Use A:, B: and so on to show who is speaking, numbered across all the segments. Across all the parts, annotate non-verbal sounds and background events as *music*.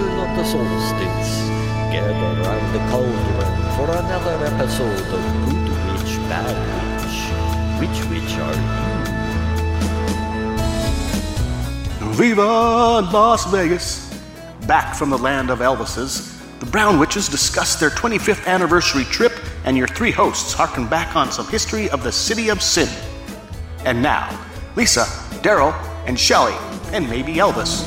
A: Puzzles Sticks. Gather round the cauldron for another episode of Good Witch, Bad Witch. Which witch are you?
B: Viva Las Vegas! Back from the land of Elvises, the Brown Witches discuss their 25th anniversary trip, and your three hosts harken back on some history of the city of Sin. And now, Lisa, Daryl, and Shelley, and maybe Elvis.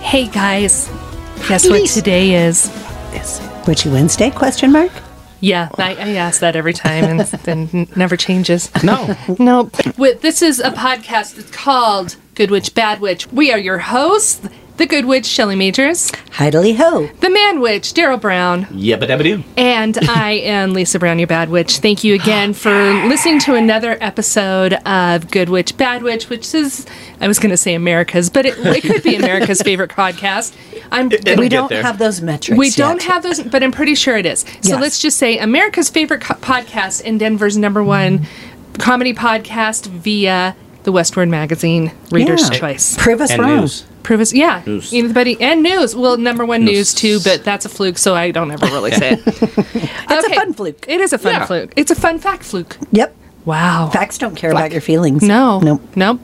C: Hey guys, guess what today is?
D: Witchy Wednesday? Question mark.
C: Yeah, I, I ask that every time and, and it never changes. *laughs*
E: No.
C: No. Wait, this is a podcast that's called Good Witch, Bad Witch. We are your hosts, the Good Witch, Shelley Majors,
D: Heidely ho.
C: the Man Witch, Daryl Brown,
E: *laughs* Yabba dabba doo.
C: and I am Lisa Brown, your Bad Witch. Thank you again for listening to another episode of Good Witch, Bad Witch, which is, I was going to say America's, but it, it could be
E: *laughs*
C: America's favorite podcast. I'm,
E: it'll
D: We
E: get
D: don't
E: there.
D: have those metrics.
C: We don't
D: yet.
C: have those, but I'm pretty sure it is. So
D: Yes.
C: let's just say America's favorite co- podcast and Denver's number one comedy podcast via the Westward Magazine Reader's
D: Yeah.
C: Choice.
D: Prove us
E: And
D: wrong.
E: news.
C: Prove us, yeah. Anybody and news. Well, number one news too, but that's a fluke, so I don't ever really say
D: *laughs*
C: it. it's
D: It's a fun fluke.
C: It is a fun
E: Yeah.
C: fluke. It's a fun fact fluke.
D: Yep.
C: Wow.
D: Facts don't care about your feelings.
C: No.
D: Nope.
C: Nope.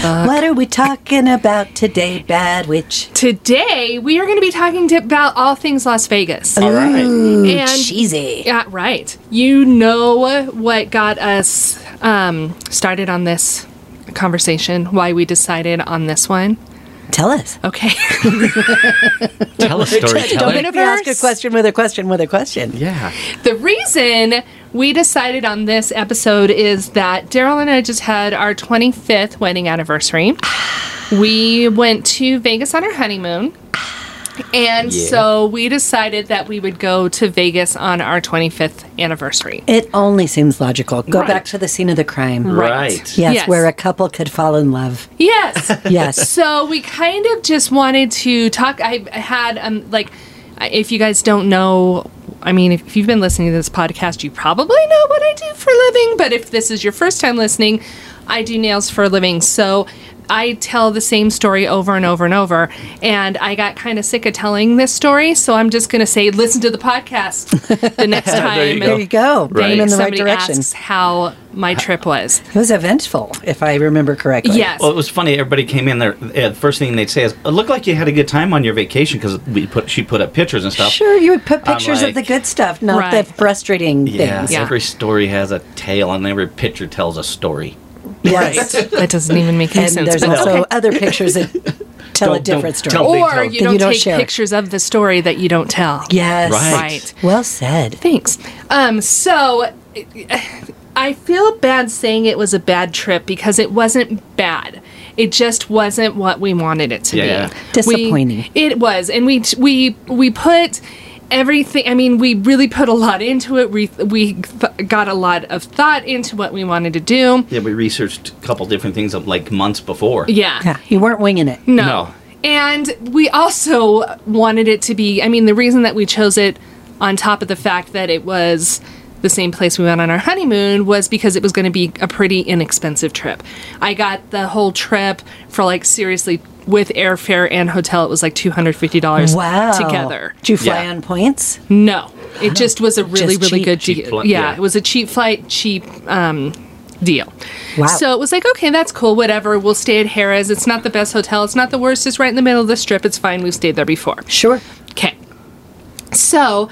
D: What are we talking about today, Bad Witch?
C: Today we are going to be talking to, about all things Las Vegas.
D: Oh,
E: All right.
C: and
D: Cheesy.
C: Yeah, right. You know what got us um, started on this conversation, why we decided on this one.
D: Tell us.
C: Okay. *laughs*
E: Tell a story.
C: Don't
E: Tell
C: get
E: it.
C: it-
D: You ask a
C: Universe.
D: question with a question with a question.
E: Yeah.
C: the reason we decided on this episode is that Daryl and I just had our 25th wedding anniversary. We went to Vegas on our honeymoon. And
E: Yeah.
C: so we decided that we would go to Vegas on our 25th anniversary.
D: It only seems logical. Go
C: Right.
D: back to the scene of the crime.
E: Right.
D: Yes,
C: Yes.
D: where a couple could fall in love.
C: Yes.
D: *laughs* Yes.
C: so we kind of just wanted to talk i I had um like I- if you guys don't know i mean if you've been listening to this podcast you probably know what i do for a living but if this is your first time listening i do nails for a living so I tell the same story over and over and over, and I got kind of sick of telling this story, so I'm just going to say, listen to the podcast
D: *laughs*
C: the next time.
E: There you go.
D: there you go. Bring
E: Right.
D: them in the right
C: somebody
D: direction.
C: asks how my trip was.
D: It was eventful, if I remember correctly.
C: Yes.
E: Well, it was funny. Everybody came in there. Uh, the first thing they'd say is, "It looked like you had a good time on your vacation because we put she put up pictures and stuff."
D: Sure, you would put
E: I'm
D: pictures of
E: like-
D: the good stuff, not
C: Right.
D: the frustrating
E: Yeah,
D: things.
C: Yeah.
E: Every story has a tale, and every picture tells a story.
D: Yes.
C: that doesn't even make any
D: And
C: sense.
D: there's
C: but
D: also
C: okay.
D: other pictures
E: *laughs*
D: that tell a
E: Don't- don't
D: different story.
E: tell me.
C: or
E: Big
C: you
D: toe.
C: don't,
D: You don't
C: take
D: share it.
C: pictures of the story that you don't tell.
D: Yes.
E: Right.
C: Right.
D: Well said.
C: Thanks. Um, so I feel bad saying it was a bad trip because it wasn't bad. It just wasn't what we wanted it to
E: Yeah.
C: be.
D: Disappointing.
C: We- it was, and we we we put everything. I mean, we really put a lot into it. We we th- got a lot of thought into what we wanted to do.
E: Yeah, we researched a couple different things of, like months before.
D: Yeah, you weren't winging it.
C: No.
E: No.
C: And we also wanted it to be, I mean, the reason that we chose it, on top of the fact that it was the same place we went on our honeymoon, was because it was going to be a pretty inexpensive trip. I got the whole trip for like seriously with airfare and hotel, it was like $250
D: Wow.
C: together.
D: Did you fly
E: Yeah.
D: on points?
C: No, it just was a really,
D: Just
C: really
D: cheap.
C: good
E: Cheap
C: deal.
E: flight,
C: yeah,
E: yeah.
C: it was a cheap flight, cheap um, deal.
D: Wow.
C: So it was like, okay, that's cool, whatever. We'll stay at Harrah's. It's not the best hotel, it's not the worst. It's right in the middle of the strip. It's fine. We've stayed there before.
D: Sure.
C: Okay. So,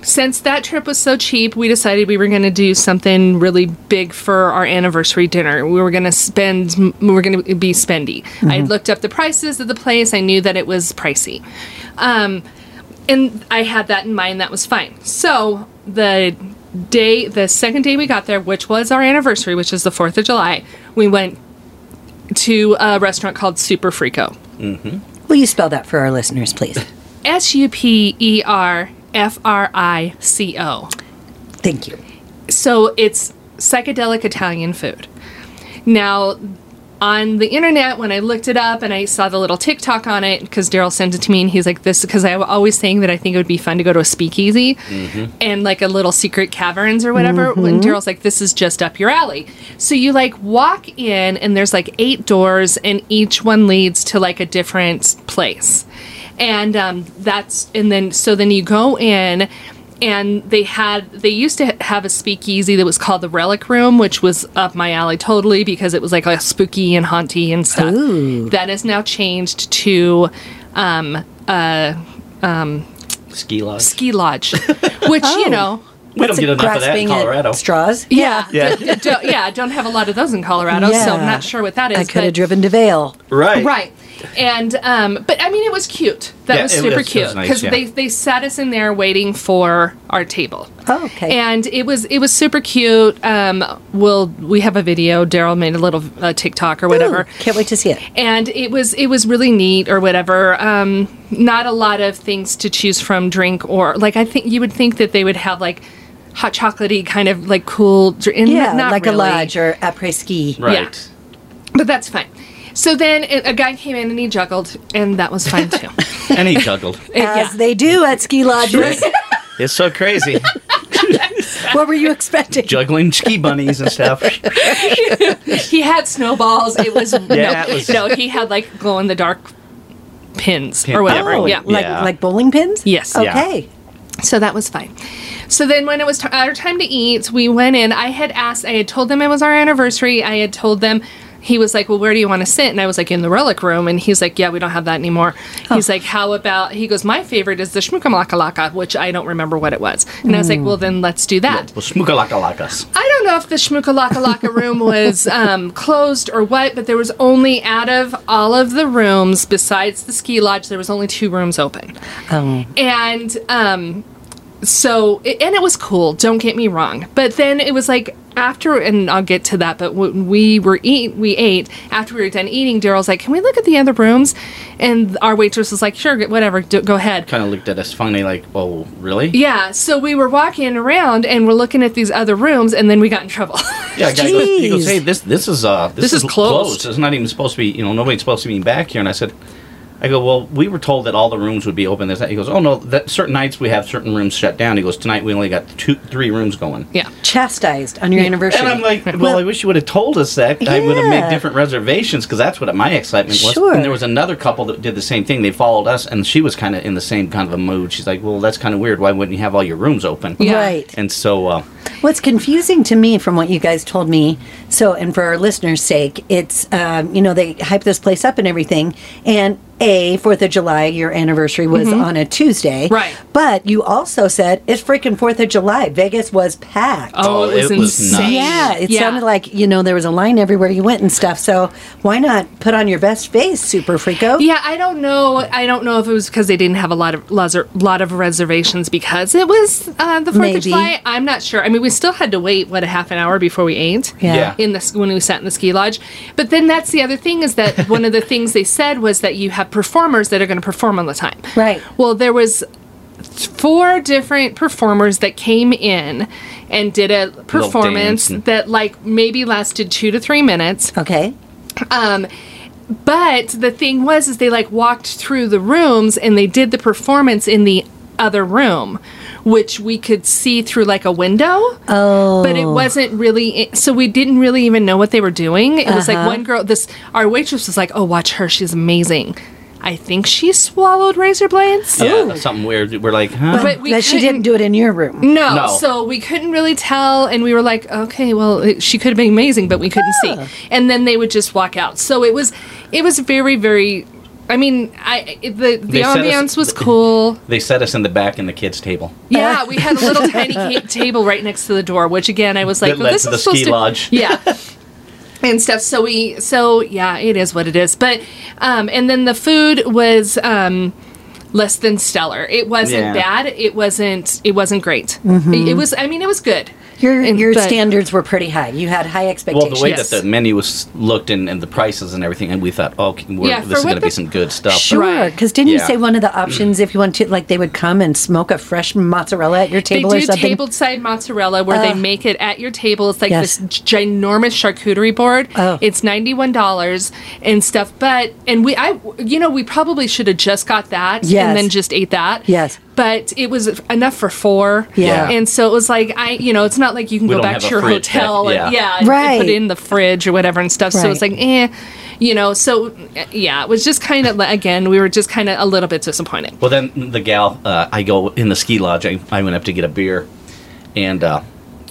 C: since that trip was so cheap, we decided we were going to do something really big for our anniversary dinner. We were going to spend, we were going to be spendy. I had looked up the prices of the place, I knew that it was pricey. Um, and I had that in mind, that was fine. So, the day, the second day we got there, which was our anniversary, which is the 4th of July, we went to a restaurant called Super Frico.
D: Will you spell that for our listeners, please?
C: S U P E R F R I C O.
D: Thank you.
C: So it's psychedelic Italian food. Now, on the internet when I looked it up and I saw the little TikTok on it because Daryl sent it to me and he's like, "This," because I was always saying that I think it would be fun to go to a speakeasy and like a little secret caverns or whatever. When Daryl's like, "This is just up your alley," so you like walk in and there's like eight doors and each one leads to like a different place and um, that's and then so then you go in and they had they used to ha- have a speakeasy that was called the relic room which was up my alley totally because it was like all spooky and haunty and stuff that has now changed to
E: Ski lodge.
C: ski lodge *laughs* which you know
E: we don't get enough of that in
D: grasping at
E: Colorado.
D: straws.
C: yeah
E: Yeah.
C: d- d- don't, yeah don't have a lot of those in colorado so i'm
D: Yeah.
C: not sure what that is
D: I could
C: but-
D: have driven to Vale.
E: Right.
C: right and um but i mean it was cute that
E: Yeah,
C: was
E: it
C: super
E: was- it
C: cute
E: was nice, yeah.
C: they they sat us in there waiting for our table
D: Oh, okay.
C: and it was it was super cute um we'll we have a video daryl made a little uh, tiktok or whatever
D: Ooh, can't wait to see it.
C: and it was it was really neat or whatever um not a lot of things to choose from drink or like i think you would think that they would have like hot chocolatey kind of like cool dr- and
D: Yeah,
C: not
D: like
C: really.
D: a lodge or après ski.
E: Right.
C: but that's fine so then a a guy came in and he juggled and that was fine too
E: And he juggled.
D: *laughs* As they do at ski lodges.
E: it's so crazy.
D: *laughs* what were you expecting?
E: Juggling ski bunnies and
D: *laughs*
E: stuff.
C: *laughs* he had snowballs. It was
E: *laughs* Yeah,
C: no,
E: it was-
C: no, he had like glow in the dark pins
E: Pin-
C: or whatever.
E: Oh,
C: yeah.
D: Like
E: Yeah.
D: like bowling pins?
C: Yes.
E: Yeah.
D: Okay.
C: So that was fine. So then when it was t- our time to eat, we went in. I had asked, I had told them it was our anniversary. I had told them, he was like, Well, where do you want to sit? And I was like, In the relic room. And he's like, Yeah, we don't have that anymore. He's like, How about, he goes, My favorite is the shmookamalaka, which I don't remember what it was. And I was like, Well, then let's do that.
E: Well, smookalakalakas.
C: I don't know if the Shmookalaka room was um, closed or what, but there was only out of all of the rooms besides the ski lodge, there was only two rooms open. And um, so, it, and it was cool, don't get me wrong. But then it was like after, and I'll get to that, but when we were eat, we ate, after we were done eating, Daryl's like, can we look at the other rooms? And our waitress was like, sure, whatever, do, go ahead.
E: Kind of looked at us funny, like, oh, really?
C: Yeah, so we were walking around and we're looking at these other rooms, and then we got in trouble. *laughs*
E: Yeah, guy goes, he goes,
D: Jeez.
E: hey, this this is uh
C: This
E: this,
C: is closed.
E: It's not even supposed to be. You know, nobody's supposed to be back here. And I said, I go, well, we were told that all the rooms would be open. This that. He goes, oh no, that certain nights we have certain rooms shut down. He goes, tonight we only got two three rooms going.
C: yeah.
D: Chastised on your anniversary.
E: And I'm like, well, I wish you would have told us that. I would have
D: Yeah.
E: made different reservations because that's what my excitement was.
D: Sure.
E: And there was another couple that did the same thing. They followed us, and she was kind of in the same kind of a mood. She's like, well, that's kind of weird. Why wouldn't you have all your rooms open?
C: Yeah.
D: Right.
E: And so, uh,
D: What's confusing to me from what you guys told me, so, and for our listeners' sake, it's, um, you know, they hype this place up and everything. And A, 4th of July, your anniversary was on a Tuesday.
C: Mm-hmm. Right.
D: But you also said it's freaking 4th of July. Vegas was packed.
C: Oh,
E: Oh,
C: it was
E: it was
C: insane.
E: nuts.
D: Yeah, it
C: Yeah.
D: sounded like, you know, there was a line everywhere you went and stuff. So why not put on your best face, Super Freako?
C: Yeah, I don't know. I don't know if it was because they didn't have a lot of lots of- lot of reservations because it was uh, the Fourth
D: Maybe.
C: of July. I'm not sure. I mean, we still had to wait what a half an hour before we ate.
D: Yeah.
E: yeah.
C: In this, when we sat in the ski lodge, but then that's the other thing is that one
D: *laughs*
C: of the things they said was that you have performers that are going to perform all the time.
D: Right.
C: Well, there was four different performers that came in and did a performance
E: dance and-
C: that like maybe lasted two to three minutes.
D: Okay.
C: Um, but the thing was, is they like walked through the rooms and they did the performance in the other room, which we could see through like a window. Oh, but it wasn't really. So we didn't really even know what they were doing. It was like one girl. This our waitress was like, "Oh, watch her. She's amazing." I think she swallowed razor blades.
E: Yeah, that's something weird. We're like, huh?
C: But we
D: that she
C: couldn't-
D: didn't do it in your room.
C: No,
E: No.
C: so we couldn't really tell, and we were like, okay, well, it, she could have been amazing, but we couldn't see. And then they would just walk out. So it was, it was very, very. I mean, I it- the the
E: They set us-
C: ambiance was cool.
E: they set us in the back in the kids' table.
C: Yeah, we had a
E: *laughs*
C: little tiny ca- table right next to the door, which again, I was like,
E: That
C: well,
E: led
C: this
E: to
C: is
E: the
C: supposed
E: ski
C: to,
E: lodge.
C: *laughs* yeah. And stuff. So we, so yeah, it is what it is. But, um, and then the food was, um, less than stellar. It wasn't
E: Yeah.
C: bad.
E: Mm-hmm.
C: It wasn't, it wasn't great. It, it was, I mean, it was good.
D: Your
C: And-
D: your
C: but-
D: standards were pretty high. You had high
E: Well,
D: expectations.
E: the way
C: Yes.
E: that the menu was looked and, and the prices and everything, and we thought, oh, can- we're,
C: Yeah, for
E: this is
C: what
E: going to be
C: the-
E: some good stuff.
D: Sure,
C: Right.
D: because didn't you
E: Yeah.
D: say one of the options if you want to, like they would come and smoke a fresh mozzarella at your
C: They
D: table or
C: do
D: something?
C: table side mozzarella where they make it at your table. It's like
D: Yes.
C: this ginormous charcuterie board.
D: Oh.
C: It's ninety one dollars and stuff. But and we I you know we probably should have just got that
D: Yes.
C: and then just ate that.
D: Yes.
C: But it was enough for four.
D: Yeah.
C: And so it was like I you know it's not like you can
E: We
C: go
E: don't
C: back
E: have
C: to
E: a
C: your
E: fridge that-
C: hotel and
E: yeah.
C: yeah and- and
D: Right.
C: put it in the fridge or whatever and stuff. So it's
D: Right.
C: like eh. You know, so eh, yeah, it was just kind of again, we were just kind of a little bit disappointed.
E: Well, then the gal, uh, I go in the ski lodge. I, I went up to get a beer, and uh,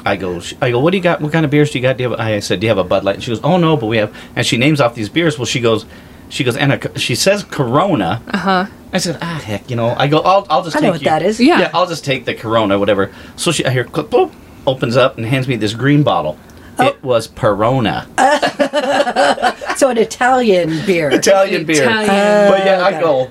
E: I go, sh- I go, what do you got? What kind of beers do you got? Do you have, I said, do you have a Bud Light? And she goes, oh no, but we have. And she names off these beers. Well, she goes, she goes, and a, she says Corona. Uh huh. I said, ah heck, you know. I go, I'll, I'll just.
D: Uh-huh. I know what
E: take you-
D: that is.
C: Yeah.
E: yeah. I'll just take the Corona, whatever. So she, I hear, click, boop, opens up and hands me this green bottle.
D: Oh.
E: It was Perona,
D: so an Italian beer.
E: *laughs* Italian beer.
C: Italian.
E: but yeah, I go. I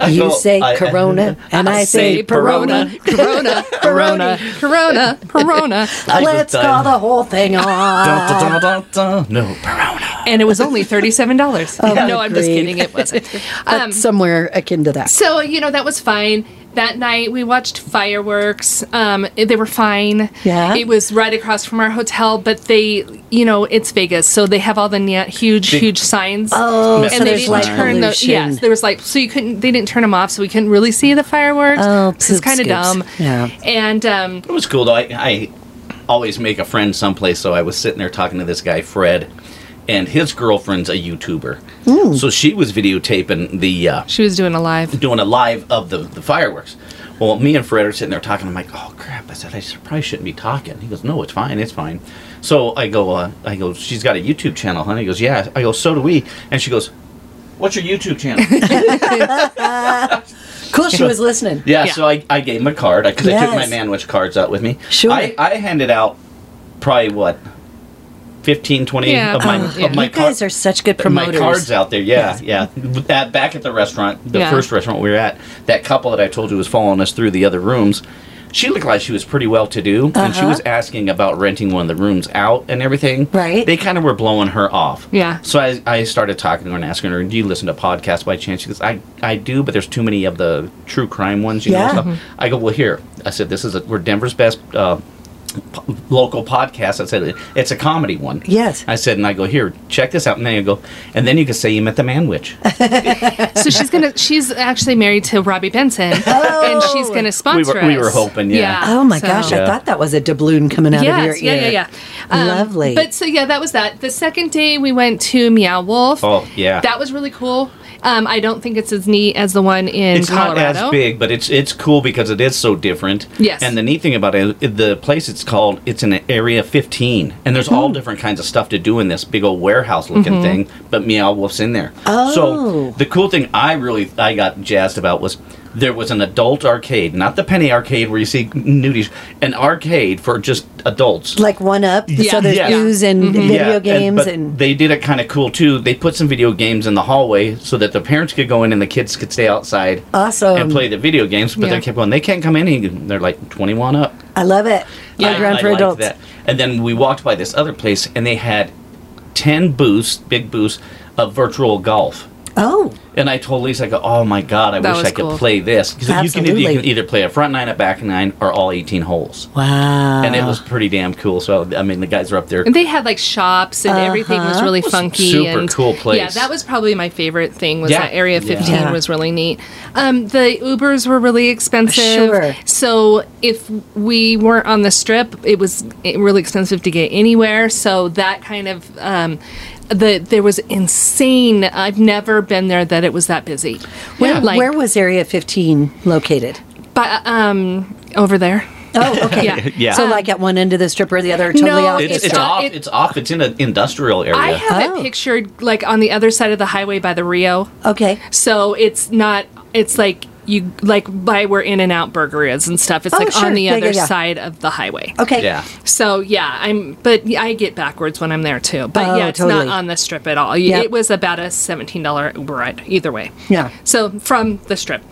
D: Oh, you
E: go,
D: say
E: I-
D: Corona, and I, say Perona.
C: Corona, *laughs* Corona, Corona, Corona.
E: I was
D: Let's call
E: done.
D: the whole
E: *laughs*
D: thing off.
E: Dun, dun, dun, dun, dun. *laughs* No, Perona.
C: And it was only $37.
D: my
C: no, I'm just
D: grief.
C: kidding. It wasn't.
D: *laughs* But somewhere akin to that.
C: So, you know, that was fine. That night we watched fireworks. Um, it- they were fine.
D: Yeah.
C: It was right across from our hotel, but they, you know, it's Vegas, so they have all the neon, huge,
E: Big-
C: huge signs. Oh, and
E: so
C: they
E: there's
C: didn't
E: light
C: turn the
D: pollution.
C: yes, there was like so you couldn't they didn't turn them off, so we couldn't really see the fireworks.
D: Oh,
C: this is
D: poop
C: kind of
D: scoops.
C: dumb.
D: Yeah.
C: And um,
E: It was cool though. I, I always make a friend someplace, so I was sitting there talking to this guy Fred, and his girlfriend's a YouTuber, so she was videotaping the uh,
C: she was doing a live.
E: doing a live of the, the fireworks. Well, me and Fred are sitting there talking. I'm like, oh crap! I said I s- probably shouldn't be talking. He goes, no, it's fine, it's fine. So I go, uh, I go. She's got a YouTube channel, huh? He goes, yeah. I go, so do we. And she goes, what's your YouTube *laughs* channel?
D: cool, she was listening.
E: *laughs* Yeah,
C: Yeah.
E: so I, I gave him a card because I took my
D: Yes.
E: manwich cards out with me.
D: Sure.
E: I, I handed out probably what 15, 20
C: Yeah,
E: of my
C: um,
E: of
C: yeah.
E: my
D: uh, you guys
E: car-
D: are such good
E: my
D: promoters.
E: cards out there. Yeah, yeah. At, back at the restaurant, the
C: Yeah.
E: first restaurant we were at, that couple that I told you was following us through the other rooms. She looked like she was pretty well to do, and
D: Uh-huh.
E: she was asking about renting one of the rooms out and everything.
D: Right.
E: They kind of were blowing her off.
C: Yeah.
E: So I, I started talking to her and asking her, Do you listen to podcasts by chance? She goes, I, I do, but there's too many of the true crime ones, you know,
D: Yeah. Mm-hmm.
E: stuff. I go, Well, here. I said, This is, a, we're Denver's best uh, p- local podcast. I said, It's a comedy one.
D: Yes.
E: I said, and I go, Here, check this out. And then I go, And then you can say you met the
C: *laughs*
E: man witch.
C: So she's gonna. She's actually married to Robbie Benson, and she's gonna sponsor
E: We were- we
C: us.
E: were hoping, yeah.
D: Oh my
C: so-
D: gosh, I
E: Yeah.
D: thought that was a doubloon coming out
C: Yes,
D: of your
C: yeah,
D: ear.
C: yeah, yeah.
D: Lovely.
C: But so yeah, that was that. The second day we went to Meow Wolf.
E: Oh, yeah.
C: That was really cool. Um, I don't think it's as neat as the one in
E: it's
C: Colorado.
E: not as big, but it's it's cool because it is so different.
C: Yes.
E: And the neat thing about it, it- the place it's called, it's in Area 15, and there's
C: Hmm.
E: all different kinds of stuff to do in this big old warehouse
C: Mm-hmm.
E: looking thing. But Meow Wolf's in there.
D: Oh.
E: So the cool thing I really I got jazzed about was there was an adult arcade, not the penny arcade where you see nudies, an arcade for just adults.
D: Like one up. So
C: Yeah.
D: there's
E: Yeah.
D: booze and video
E: Yeah,
D: games
E: but
D: and,
E: they did it kind of cool too. They put some video games in the hallway so that the parents could go in and the kids could stay outside
D: Awesome.
E: and play the video games. But
C: Yeah.
E: they kept going. They can't come in. And they're like twenty one up.
D: I love it.
C: Yeah.
D: Playground
E: I
D: for
E: liked
D: adults.
E: that. And then we walked by this other place and they had ten booths, big booths of virtual golf.
D: Oh,
E: And I told Lisa, I go, oh my god, I
C: That
E: wish
C: was
E: I could
C: cool.
E: play this because you can, either-
D: Absolutely.
E: you can either play a front nine, a back nine, or all eighteen holes.
D: wow.
E: And it was pretty damn cool. So I mean, the guys are up there.
C: And they had like shops and everything was
D: Uh-huh.
C: really funky.
E: super
C: and,
E: cool place.
C: Yeah, that was probably my favorite thing. Was
E: Yeah.
C: that Area 15
D: Yeah.
C: was really neat. Um, the Ubers were really expensive.
D: Sure.
C: So if we weren't on the strip, it was eh, really expensive to get anywhere. So that kind of. Um, the there was insane. I've never been there that it was that busy.
D: Where,
C: like,
D: where was Area 15
E: *laughs*
D: located?
C: but um over there.
D: Oh, okay.
C: Yeah. Um,
E: Yeah.
D: So, like at one end of the strip or the other, totally
C: No,
D: out.
E: It's, it's,
C: It's not-
E: off.
C: it-
E: it's off. It's in an industrial area.
C: I have
D: Oh.
C: it pictured like on the other side of the highway by the Rio.
D: okay.
C: So it's not. It's like you like by where In and Out Burger is and stuff. It's
D: Oh,
C: like
D: sure.
C: on the
D: Yeah, yeah,
C: other
D: yeah. Oh.
C: side of the highway.
D: Okay.
E: yeah.
C: So yeah, I'm. But I get backwards when I'm there too. But
D: Oh,
C: yeah, it's
D: totally.
C: not on the strip at all.
D: Yep.
C: It was about a seventeen dollar Uber ride either way.
D: Yeah.
C: So from the strip.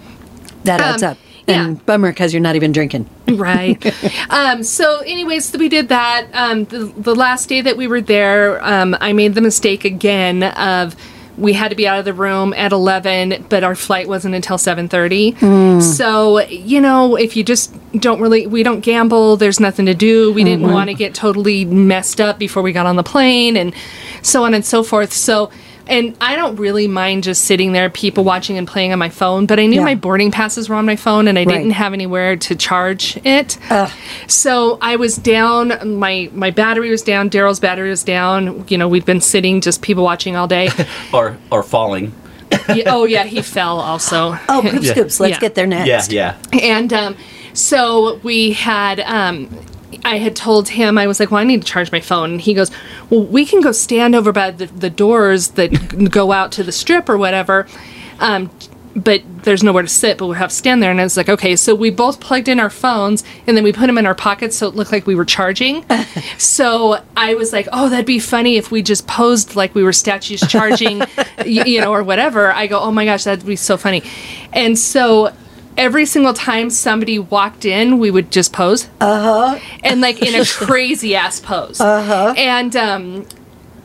D: That
C: Um,
D: adds up. And
C: Yeah.
D: bummer because you're not even drinking.
C: right. um, so, anyways, we did that. Um, the, the last day that we were there, um, I made the mistake again of we had to be out of the room at 11 but our flight wasn't until 7.30 so you know if you just don't really we don't gamble there's nothing to do we didn't want to get totally messed up before we got on the plane and so on and so forth so and i don't really mind just sitting there people watching and playing on my phone but i knew
D: Yeah.
C: my boarding passes were on my phone and i
D: Right.
C: didn't have anywhere to charge it. So I was down. My my battery was down. Daryl's battery was down. You know, we've been sitting, just people watching all day.
E: or or falling.
C: Yeah, oh yeah, he fell also. *laughs*
D: Oh, poop scoops. Let's
C: Yeah.
D: get there next.
E: Yeah, yeah.
C: And um, so we had. Um, I had told him I was like, "Well, I need to charge my phone." And he goes, "Well, we can go stand over by the, the doors that *laughs* go out to the strip or whatever." Um, but there's nowhere to sit, but we'll have to stand there. And I was like, okay. So we both plugged in our phones and then we put them in our pockets so it looked like we were charging. so I was like, oh, that'd be funny if we just posed like we were statues charging, y- you know, or whatever. I go, oh my gosh, that'd be so funny. And so every single time somebody walked in, we would just pose. Uh huh. And like in a crazy ass pose. Uh huh. And, um,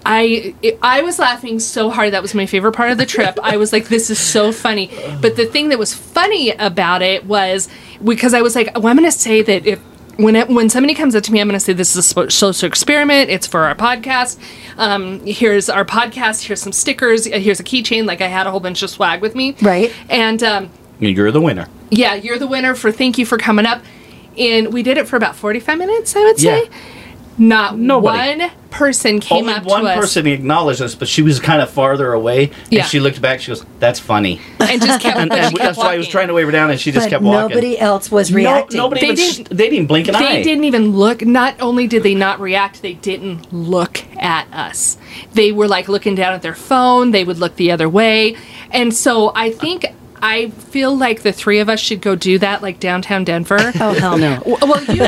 C: I it- I was laughing so hard. That was my favorite part of the trip. I was like, "This is so funny." But the thing that was funny about it was because I was like, "Well, I'm going to say that if when it, when somebody comes up to me, I'm going to say this is a spo- social experiment. It's for our podcast. Um, here's our podcast. Here's some stickers. uh, Here's a keychain. Like I had a whole bunch of swag with me,
D: Right.
C: And um,
E: You're the winner.
C: yeah, you're the winner for thank you for coming up. And we did it for about 45 minutes, I would say.
E: Yeah.
C: Not
E: Nobody.
C: one person came
E: Only
C: up
E: one
C: to us.
E: person acknowledged us, but she was kind of farther away.
C: Yeah.
E: And she looked back. She goes, "That's funny."
C: and just kept,
E: *laughs* And,
C: but
E: and
C: she kept
E: that's why I was
C: walking.
E: trying to wave her down, and she just
D: But
E: kept walking.
D: nobody else was
E: No-
D: reacting.
E: nobody.
C: They
E: even sh-
C: didn't-
E: they didn't blink an
C: They
E: eye.
C: didn't even look. Not only did they not react, they didn't look at us. They were like looking down at their phone. They would look the other way, and so I think I feel like the three of us should go do that, like downtown Denver.
D: Oh, hell no.
C: W- Well, you, me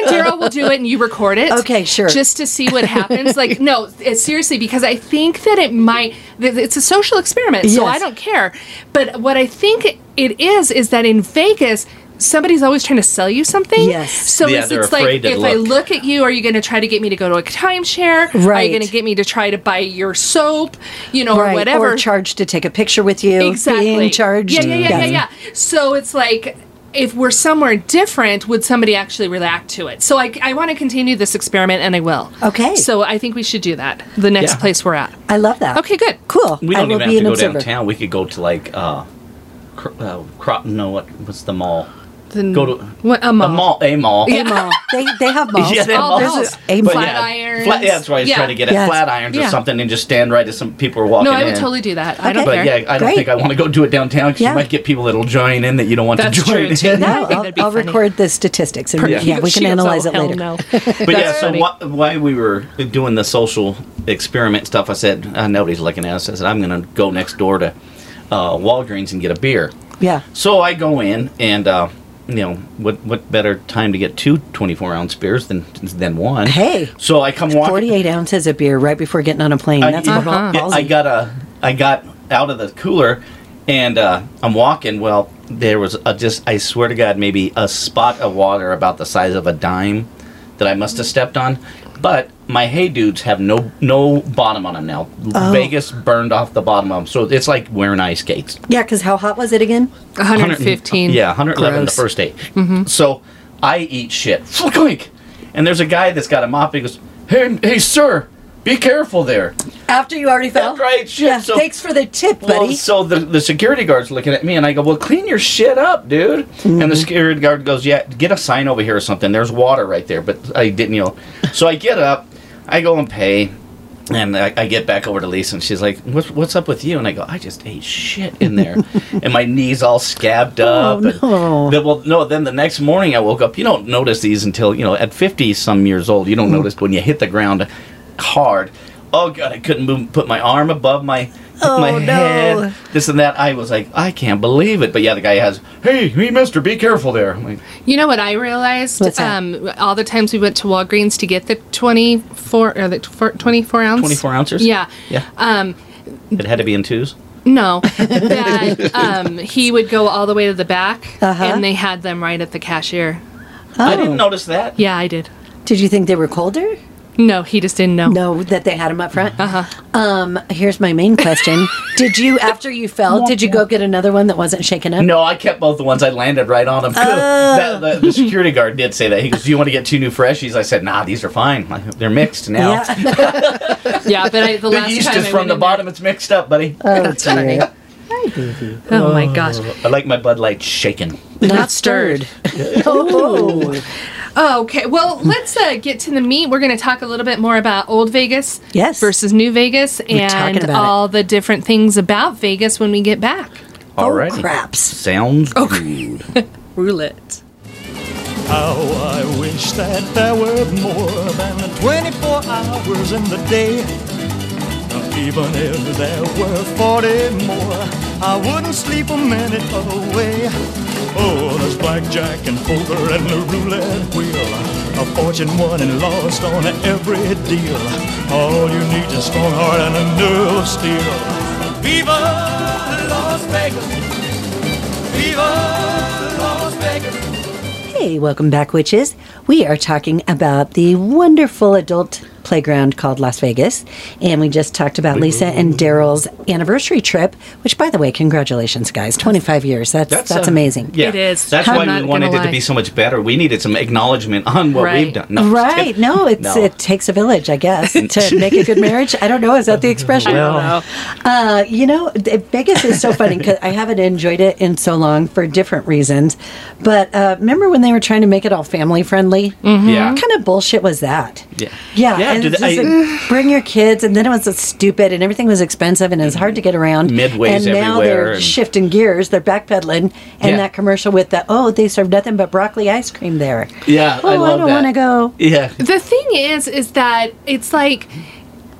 C: and Daryl will do it, and you record it.
D: Okay, sure.
C: Just to see what happens.
D: *laughs*
C: Like, no, it's seriously because I think that it might. th- It's a social experiment, so
D: Yes.
C: I don't care. But what I think it is is that in Vegas. Somebody's always trying to sell you something.
D: Yes.
C: So
E: Yeah,
C: it's,
E: they're
C: it's like
E: afraid to
C: if I
E: look.
C: look at you, are you going to try to get me to go to a timeshare? Are
D: Right.
C: you going to get me to try to buy your soap? You know,
D: Right.
C: *laughs* or whatever.
D: Or charged to take a picture with you.
C: exactly
D: Being charged.
C: Yeah, yeah, yeah, yeah, yeah. So it's like if we're somewhere different, would somebody actually react to it? So I, I want to continue this experiment, and I will.
D: Okay.
C: So I think we should do that the next
E: Yeah.
C: place we're at.
D: I love that.
C: Okay, good.
D: Cool.
E: We
D: I
E: don't
D: will
E: even have
D: be
E: to
D: an
E: go
D: observer.
E: downtown. We could go to like, uh, cr- uh, cro- no, what what's the mall?
C: Then
E: Go to
C: what, a mall.
E: A mall. A mall.
D: A mall. They, they
E: *laughs*
D: have malls.
E: Yeah, they have
C: All
E: malls.
D: There's
C: malls.
D: a, a
E: But
D: mall.
E: yeah,
C: Flatirons.
E: Flat, yeah, that's what I was
C: Yeah.
E: trying to get at.
D: Yes.
E: Flat irons
C: Yeah.
E: or something and just stand right as some people are walking
C: No, I would
E: in.
C: totally do that. I don't
D: Okay.
E: But
C: care.
E: yeah, I don't
D: Great.
E: think I want to go do it downtown because
D: Yeah.
E: you might get people that'll join in that you don't want
C: That's
E: to join
C: true, too.
E: in.
D: No,
C: I think
D: I'll,
C: that'd be
D: I'll
C: funny.
D: record the statistics and
E: Yeah.
D: yeah, we
C: She
D: can
C: goes,
D: analyze
C: "Oh,
D: it
C: hell
D: later. *laughs*
C: No.
E: But yeah, so
C: funny.
E: wh- why we were doing the social experiment stuff, I said uh, nobody's looking at us. I said I'm going to go next door to uh, Walgreens and get a beer.
D: Yeah.
E: So I go in and uh, you know what what better time to get two 24 ounce beers than than one?
D: Hey.
E: So I come walking.
D: 48 ounces of beer right before getting on a plane.
E: I,
D: That's
E: yeah,
D: uh
E: yeah, I got a I got out of the cooler and uh, I'm walking. Well, there was a just I swear to God, maybe a spot of water about the size of a dime that I must have stepped on. But my hey dudes have no no bottom on them now.
D: Oh.
E: Vegas burned off the bottom of them, so it's like wearing ice skates.
D: Yeah, because how hot was it again?
C: 115.
E: Yeah,
D: Gross.
E: 111
D: Mm-hmm.
E: the first day. So I eat shit. Flick-oink. And there's a guy that's got a mop. He goes, "Hey, hey, sir, be careful there."
D: After you already fell?
E: That's right, shit,
D: Yeah,
E: so-
D: thanks for the tip, buddy.
E: Well, so the, the security guard's looking at me, and I go, "Well, clean your shit up, dude."
D: Mm-hmm.
E: And the security guard goes, "Yeah, get a sign over here or something. There's water right there." But I didn't, you know. so I get up, I go and pay, and I, I get back over to Lisa, and she's like, "What's what's up with you?" And I go, "I just ate shit
D: *laughs*
E: in there, and my knees all scabbed up." and
D: Oh, no.
E: then- well, no. Then the next morning, I woke up. You don't notice these until you know at fifty some years old. You don't
D: Mm-hmm.
E: notice when you hit the ground hard. Oh god, I couldn't move, put my arm above my my
C: Oh,
D: no.
E: head. This and that. I was like, I can't believe it. But yeah, the guy has, hey, hey, Mister, be careful there. I'm like,
C: You know what I realized?
D: What's that?
C: Um, all the times we went to Walgreens to get the 24 or the 24 ounce.
E: twenty four ounces.
C: Yeah.
E: yeah.
C: Um,
E: It had to be in twos. *laughs*
C: No, that um, he would go all the way to the back,
D: Uh-huh.
C: and they had them right at the cashier.
E: I didn't notice that.
C: Oh. Yeah, I did.
D: Did you think they were colder?
C: No, he just didn't know.
D: No, that they had them up front. Uh
C: Uh-huh.
D: huh. Um, here's my main question: Did you, after you fell, did you go get another one that wasn't shaken up?
E: No, I kept both the ones. I landed right on them.
C: Oh.
E: That- the, the security guard did say that. He goes, "Do you want to get two new freshies?" I said, "Nah, these are fine. Like, They're mixed now.
D: Yeah.
C: Yeah, but I, the
E: *laughs* The
C: last
E: yeast
C: time
E: is
C: I
E: from
C: went
E: the
C: in
E: bottom. It's mixed up, buddy."
C: there- That's funny. Oh my gosh,
E: I like my Bud Light shaken.
C: not stirred.
D: *laughs* oh,
C: Okay,
D: *laughs*
C: well, let's uh, get to the meat. We're going to talk a little bit more about old Vegas
D: Yes.
C: versus new Vegas
D: talking
C: and
D: about it.
C: all the different things about Vegas when we get back.
E: All right.
D: Oh, craps.
E: Sounds
C: Oh,
E: good.
C: Roulette.
F: How Oh, I wish that there were more than 24 hours in the day. Now, Even if there were 40 more, I wouldn't sleep a minute away. Oh, there's blackjack and poker and the roulette wheel. A fortune won and lost on every deal. All you need is a strong heart and a nerve of steel. Viva Las Vegas! Viva Las Vegas!
D: Hey, welcome back, witches. We are talking about the wonderful adult playground called Las Vegas, and we just talked about Lisa and Daryl's anniversary trip. Which, by the way, congratulations, guys! Twenty-five years. That's that's,
E: uh,
D: amazing.
E: Yeah,
C: It is.
E: That's
C: I'm
E: why
C: not
E: we wanted
C: gonna
E: it to
C: lie.
E: be so much better. We needed some acknowledgement on what
C: Right.
E: we've done. No, I'm just kidding.
D: Right? No, it's
E: No.
D: it takes a village, I
E: *laughs*
D: guess, to make a good marriage. I don't know. Is that the expression?
C: Well-
D: Uh, you know, th- Vegas is so funny because I haven't enjoyed it in so long for different reasons. But uh, remember when they were trying to make it all family friendly? Mm-hmm.
E: Yeah.
D: What kind of bullshit was that?
E: Yeah.
D: Yeah.
E: Yeah,
D: and
E: did
D: it's just
E: I-
D: like, *sighs* bring your kids, and then it was so stupid, and everything was expensive, and it was hard to get around.
E: Midways
D: and now they're
E: everywhere and-
D: shifting gears. They're backpedaling, and
E: Yeah.
D: that commercial with the oh, they serve nothing but broccoli ice cream there.
E: Yeah,
D: Oh,
E: I love
D: don't
E: that.
D: want to go.
E: Yeah.
C: The thing is, is that it's like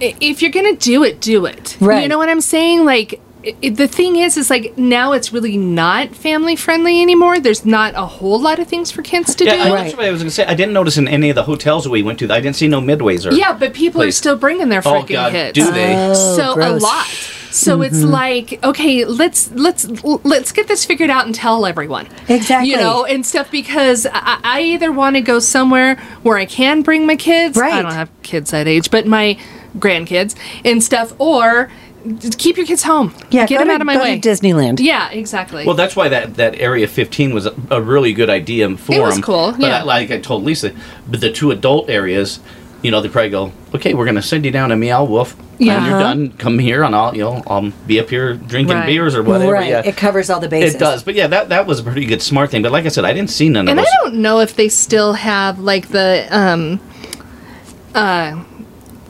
C: i- if you're gonna do it, do it. You
D: Right.
C: know what I'm saying? Like i i- the thing is, is like now it's really not family friendly anymore. There's not a whole lot of things for kids to
E: Yeah, I,
C: do.
D: Right.
E: that's what I was going to say. I didn't notice in any of the hotels we went to, I didn't see no midways or.
C: Yeah, but people are
E: Please.
C: still bringing their
E: Oh,
C: freaking
E: God.
C: kids.
E: Do they?
C: so
D: Oh, gross. Mm-hmm.
C: a lot. So it's like okay, let's let's let's get this figured out and tell everyone.
D: Exactly.
C: You know, and stuff because I, I either want to go somewhere where I can bring my kids. I
D: Right.
C: don't have kids that age, but my grandkids and stuff, or just keep your kids home.
D: Yeah,
C: get
D: go
C: them
D: to-
C: out of my
D: go to
C: way.
D: Disneyland.
C: Yeah, exactly.
E: Well, that's why that, that Area 15 was a, a really good idea for
C: It was
E: them.
C: cool,
E: But
C: yeah.
E: I, like I told Lisa, but the two adult areas, you know, they probably go, okay, we're going to send you down to Meow Wolf. When
C: Yeah.
E: you're done, come here and I'll, you know, I'll be up here drinking
C: Right.
E: beers or whatever.
D: right.
E: Yeah.
D: It covers all the bases.
E: It does, but yeah, that that was a pretty good smart thing. But like I said, I didn't see none
C: and
E: of
C: I
E: those.
C: don't know if they still have like the um uh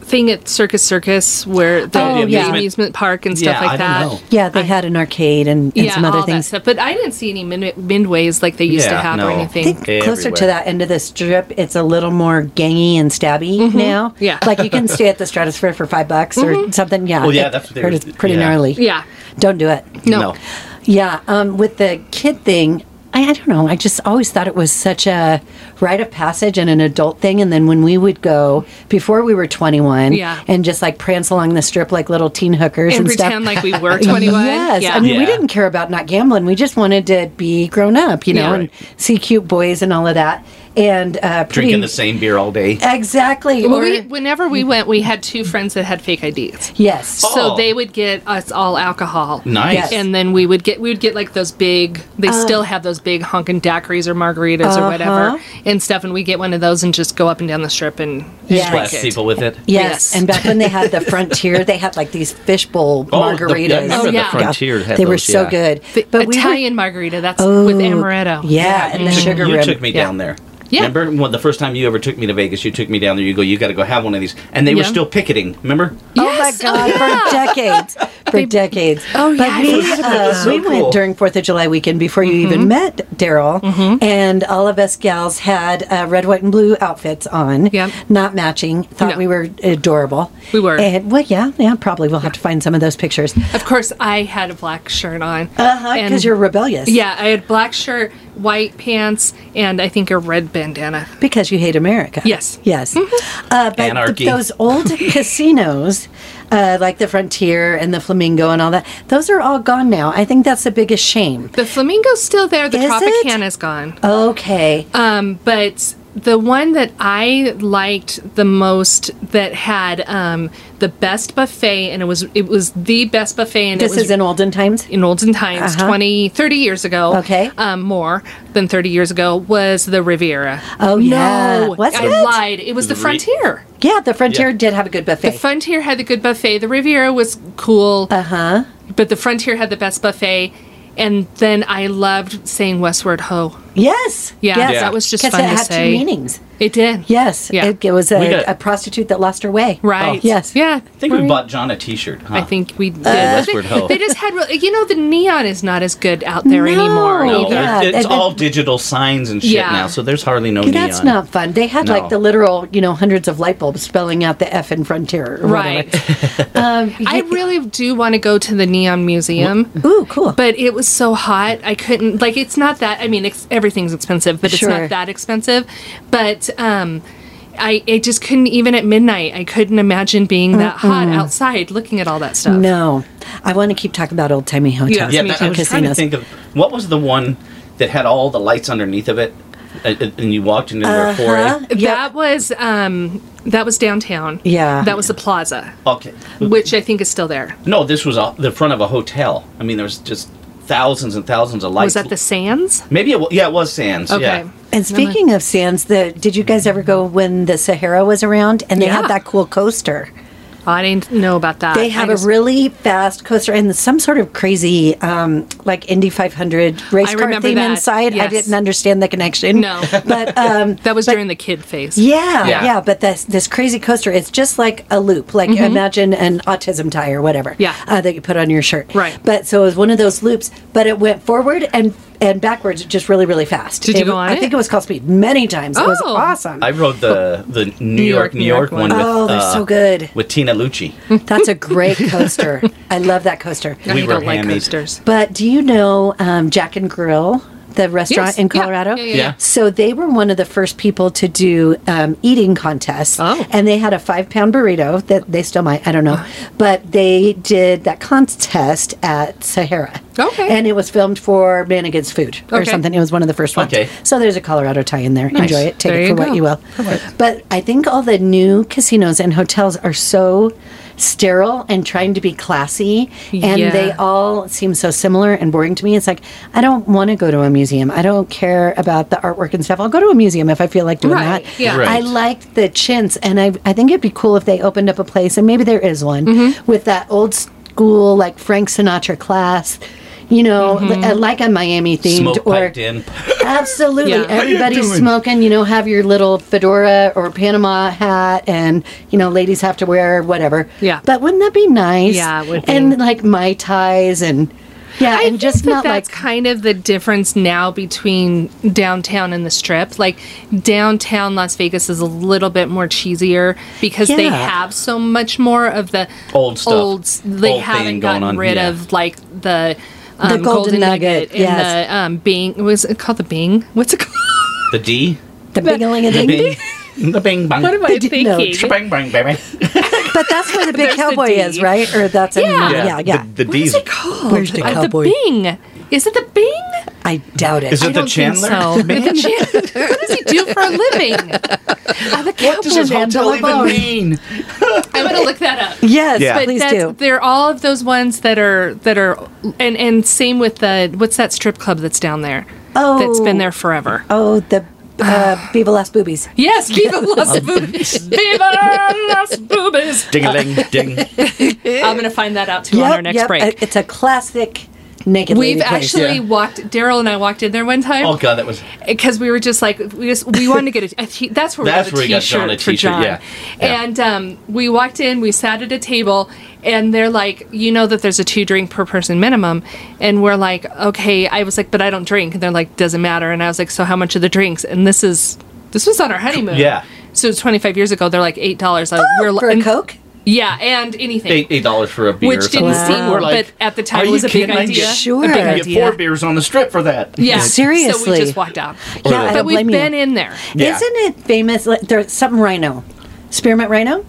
C: thing at Circus Circus where the,
E: Oh,
C: the
E: the
C: amusement.
E: amusement-
C: park and
E: Yeah,
C: stuff like
E: I don't
C: that.
E: know.
D: Yeah, they had an arcade and, and
C: yeah,
D: some other
C: all
D: things.
C: that stuff. But I didn't see any min- midways like they used to
E: Yeah,
C: have or
E: no.
D: I
C: anything.
D: think closer to
E: Everywhere.
D: that end of the strip, it's a little more gangy and stabby now.
C: Mm-hmm. Yeah. Mm-hmm.
D: like you can stay at the Stratosphere for five bucks or something. Yeah,
E: Well, yeah,
D: it-
E: that's what they
D: pretty,
E: were-
D: pretty
E: yeah.
D: gnarly.
C: yeah.
D: don't do it.
C: No.
D: Yeah, um, with the kid thing, I, I don't know. I just always thought it was such a rite of passage and an adult thing. And then when we would go before we were 21
C: Yeah.
D: and just like prance along the strip like little teen hookers
C: And
D: and, stuff.
C: pretend like we
D: *laughs*
C: were 21.
D: Yes,
C: Yeah.
D: I mean we
E: Yeah.
D: didn't care about not gambling. We just wanted to be grown up, you know,
C: Yeah.
D: and see cute boys and all of that. And uh, pretty,
E: Drinking the same beer all day.
D: exactly.
C: Well,
D: or-
C: we, whenever we went, we had two friends that had fake IDs.
D: yes,
C: So
E: Oh.
C: they would get us all alcohol.
E: Nice.
D: Yes. Uh.
C: And then we would get we would get like those big. They still have those big honkin' daiquiris or margaritas
D: Uh-huh.
C: or whatever and stuff. And we get one of those and just go up and down the strip and
D: Yes.
C: drink
E: Blast
C: it.
E: people with it.
D: Yes.
C: Yes.
D: And back when they had
E: *laughs*
D: the Frontier, they had like these fishbowl
E: Oh, the-
D: margaritas.
E: yeah, I remember
C: Oh, yeah.
E: the Frontier had
D: they were
E: those,
D: so
E: yeah.
D: good.
C: The
D: we were- Oh,
C: Italian margarita. That's with amaretto.
D: yeah, and the
E: You-
D: sugar
E: you
D: rim.
E: took me down there.
C: Yeah.
E: Remember when the first time you ever took me to Vegas, you took me down there. You go, you got to go have one of these, and they were
C: Yeah.
E: still picketing. Remember?
C: Yes.
D: Oh my God, for decades, for decades.
C: Oh,
D: but
C: yeah, I
D: we,
C: forgot
D: uh,
E: so
D: we
E: cool.
D: went during Fourth of July weekend before you
C: Mm-hmm.
D: even met Daryl, and all of us gals had uh, red, white, and blue outfits on.
C: Yep.
D: not matching. Thought
C: No.
D: we were adorable.
C: We were.
D: And well, yeah, yeah. Probably we'll have to find some of those pictures.
C: Of course, I had a black shirt on.
D: Uh huh.
C: Uh-huh. And-
D: Because you're rebellious.
C: Yeah, I had black shirt, white pants, and I think a red bandana.
D: Because you hate America.
C: Yes. Mm-hmm.
D: Yes. Uh, but
E: *laughs* Anarchy.
D: those old casinos, uh, like the Frontier and the Flamingo and all that. Those are all gone now. I think that's the biggest shame.
C: The flamingo's still there. The
D: Is it?
C: Tropicana's gone.
D: Okay.
C: Um, but the one that I liked the most that had um, the best buffet, and it was it was the best buffet, and it
D: this
C: was
D: is in olden times.
C: in olden times,
D: Uh-huh.
C: twenty, thirty 20, 30 years ago.
D: Okay.
C: Um, more than 30 years ago was the Riviera.
D: Oh, yeah.
C: No.
D: Was
C: I
D: it?
C: lied. It was the
A: Ri-
C: Frontier.
D: Yeah, the Frontier
A: Yeah.
D: did have a good buffet.
C: The Frontier had the good buffet. The Riviera was cool,
D: uh huh.
C: but the Frontier had the best buffet. And then I loved saying Westward Ho.
D: Yes.
C: Yeah,
D: Yes.
C: that was just
D: Because
C: fun
D: it
C: to
D: had
C: say.
D: two meanings.
C: It did.
D: Yes.
C: Yeah.
D: It, it was a,
E: We got-
D: a prostitute that lost her way.
C: Right.
E: Oh.
D: Yes.
C: Yeah.
E: I think we bought John a T-shirt. Huh?
C: I think we did.
E: Ah. Westward Ho.
C: they, they just had, real- you know, the neon is not as good out there
D: No.
C: anymore.
E: No,
C: either.
D: Yeah,
E: it- it's
D: and then-
E: all digital signs and shit
C: Yeah.
E: now, so there's hardly no
D: That's
E: neon.
D: not fun. They had like
E: Oh, No.
D: the literal, you know, hundreds of light bulbs spelling out the F in Frontier. Or
C: Right. *laughs* Um,
D: Whatever.
C: I really do want to go to the Neon Museum.
D: Ooh, cool.
C: But it was so hot, I couldn't. Like, it's not that. I mean, it's, everything's expensive, but it's
D: Sure.
C: not that expensive. But um, I, I just couldn't even at midnight. I couldn't imagine being that hot outside, looking at all that stuff.
D: no, I want to keep talking about old timey hotels.
C: Yeah,
E: Yeah,
C: me
E: that,
C: too.
E: I was trying to
D: Casinos.
E: think of what was the one that had all the lights underneath of it, uh, uh, and you walked into there for
D: Yep.
E: it.
C: That was um, that was downtown.
D: Yeah.
C: that was the plaza,
E: Okay,
C: which I think is still there.
E: no, this was a, the front of a hotel. I mean, there was just thousands and thousands of
C: Was
E: lights.
C: that the Sands?
E: Maybe it. wa- Yeah, it was Sands.
C: Okay.
E: Yeah.
D: And speaking of sands, the did you guys ever go when the Sahara was around and they
C: Yeah.
D: had that cool coaster?
C: I didn't know about that.
D: They have
C: I just-
D: a really fast coaster and some sort of crazy, um, like Indy 500 race
C: I
D: car
C: remember
D: theme
C: that.
D: inside. I
C: Yes.
D: didn't understand the connection.
C: No.
D: *laughs* but um,
C: *laughs* that was during the kid phase.
D: Yeah, yeah,
E: Yeah.
D: but this this crazy coaster, it's just like a loop. Like imagine an autism tie or whatever.
C: Mm-hmm. Yeah.
D: uh, that you put on your shirt.
C: Right.
D: But so it was one of those loops, but it went forward and and backwards just really really fast.
C: Did you
D: It-
C: go on
D: I
C: it?
D: think it was called Speed many times. It was
C: Oh.
D: awesome.
E: I rode the the New, York, New York, one. with,
D: oh, they're
E: uh,
D: so good.
E: with Tina Lucci.
D: That's a
E: *laughs*
D: great coaster. I love that coaster.
C: I
E: We were
C: don't like
E: hammered.
C: coasters.
D: But do you know um, Jack and Grill, the restaurant
C: Yes.
D: in
C: Yeah.
D: Colorado?
C: Yeah, yeah, yeah. Yeah.
D: So they were one of the first people to do um, eating contests.
C: Oh.
D: And they had a five pound burrito that they still might, I don't know. But they did that contest at Sahara.
C: Okay.
D: And it was filmed for Manigan's Food or
C: Okay.
D: something. It was one of the first ones.
E: Okay.
D: So there's a Colorado tie in there. Enjoy it. Take
C: There
D: it
C: you
D: for what
C: go.
D: you will. But I think all the new casinos and hotels are so sterile and trying to be classy and
C: Yeah.
D: they all seem so similar and boring to me. It's like I don't want to go to a museum. I don't care about the artwork and stuff. I'll go to a museum if I feel like doing
C: Right,
D: that.
C: yeah.
E: Right.
D: I like the chintz, and I I think it'd be cool if they opened up a place, and maybe there is one
C: Mm-hmm.
D: with that old school like Frank Sinatra class. You know,
C: Mm-hmm.
D: li- uh, like a Miami themed
E: Smoke
D: or
E: piped in.
D: Absolutely.
C: Yeah. How you
D: Everybody's smoking, you know, have your little fedora or Panama hat and, you know, ladies have to wear whatever.
C: Yeah.
D: But wouldn't that be nice?
C: Yeah, it would be.
D: And like Mai Tais and yeah,
C: I
D: and
C: think
D: just
C: that
D: not like
C: that's kind of the difference now between downtown and the strip. Like downtown Las Vegas is a little bit more cheesier because they
D: Yeah.
C: have so much more of the
E: Old stuff.
C: old s- they
E: Old
C: haven't
E: thing
C: gotten
E: going on,
C: rid
E: yeah.
C: of like the um,
D: Golden Nugget,
C: and
D: yes.
C: the um, Bing. Was it called the Bing? What's it *laughs* called?
E: The D.
C: *laughs*
D: the bingling a
E: The
D: ding.
E: Bing. The Bing Bang.
C: What am I
D: The Ding Dog.
C: thinking?
E: Bang Bang baby.
D: But that's where the
C: There's
D: big
C: the
D: cowboy
C: D.
D: is, right? Or that's in-
C: Yeah.
D: yeah, yeah.
E: The, the
C: What is
E: D's.
C: it called?
D: Where's the
C: Uh,
D: cowboy?
C: Bing. Is it the Bing?
D: I doubt it.
E: Is
C: I
E: it the
C: don't think
E: Chandler? *laughs*
C: so. The Chan- what does he do for a living? Uh, the
E: What does this
C: cowboy man,
E: hotel even
C: Delabone.
E: mean?
C: I'm gonna look that up.
D: yes,
E: Yeah.
D: please
C: that's,
D: do.
C: They're all of those ones that are that are, and and same with the what's that strip club that's down there?
D: Oh.
C: that's been there forever.
D: Oh, the
C: *sighs*
D: uh, Beaver Last Boobies.
C: Yes, *laughs* Viva Las Boobies. Viva Las Boobies.
E: Ding
C: *laughs*
E: a ling ding.
C: I'm gonna find that out too on our next break.
D: Uh, It's a classic naked
C: We've
D: lady place.
C: actually walked. Daryl and I walked in there one time.
E: Oh god, that was
C: because we were just like we just we wanted to get a, a t- that's where we
E: That's
C: got a
E: where we got John a
C: t-shirt for
E: t-shirt,
C: John.
E: yeah. Yeah.
C: And um, we walked in, we sat at a table, and they're like, you know that there's a two drink per person minimum, and we're like, okay. I was like, but I don't drink, and they're like, doesn't matter. And I was like, so how much are the drinks? And this is this was on our honeymoon.
E: Yeah.
C: So it's 25 years ago. They're like eight dollars. we're
D: Oh,
C: li-
D: for a
C: and-
D: Coke?
C: Yeah, and anything.
E: eight eight dollars for a beer.
C: Which
E: or something.
C: didn't seem-
E: We're like,
C: but at the time
E: "Are
C: it
E: you
C: was a big
E: kidding? I can
C: idea.
E: get-
D: Sure.
E: I
D: Big
E: can get
C: idea.
E: four beers on the strip for that.
C: yeah. So we
D: Seriously.
C: just walked out.
D: Yeah, I
C: but
D: don't
C: we've
D: blame you.
C: been in there.
E: Yeah.
D: Isn't it famous? Like, there's something rhino, spearmint rhino.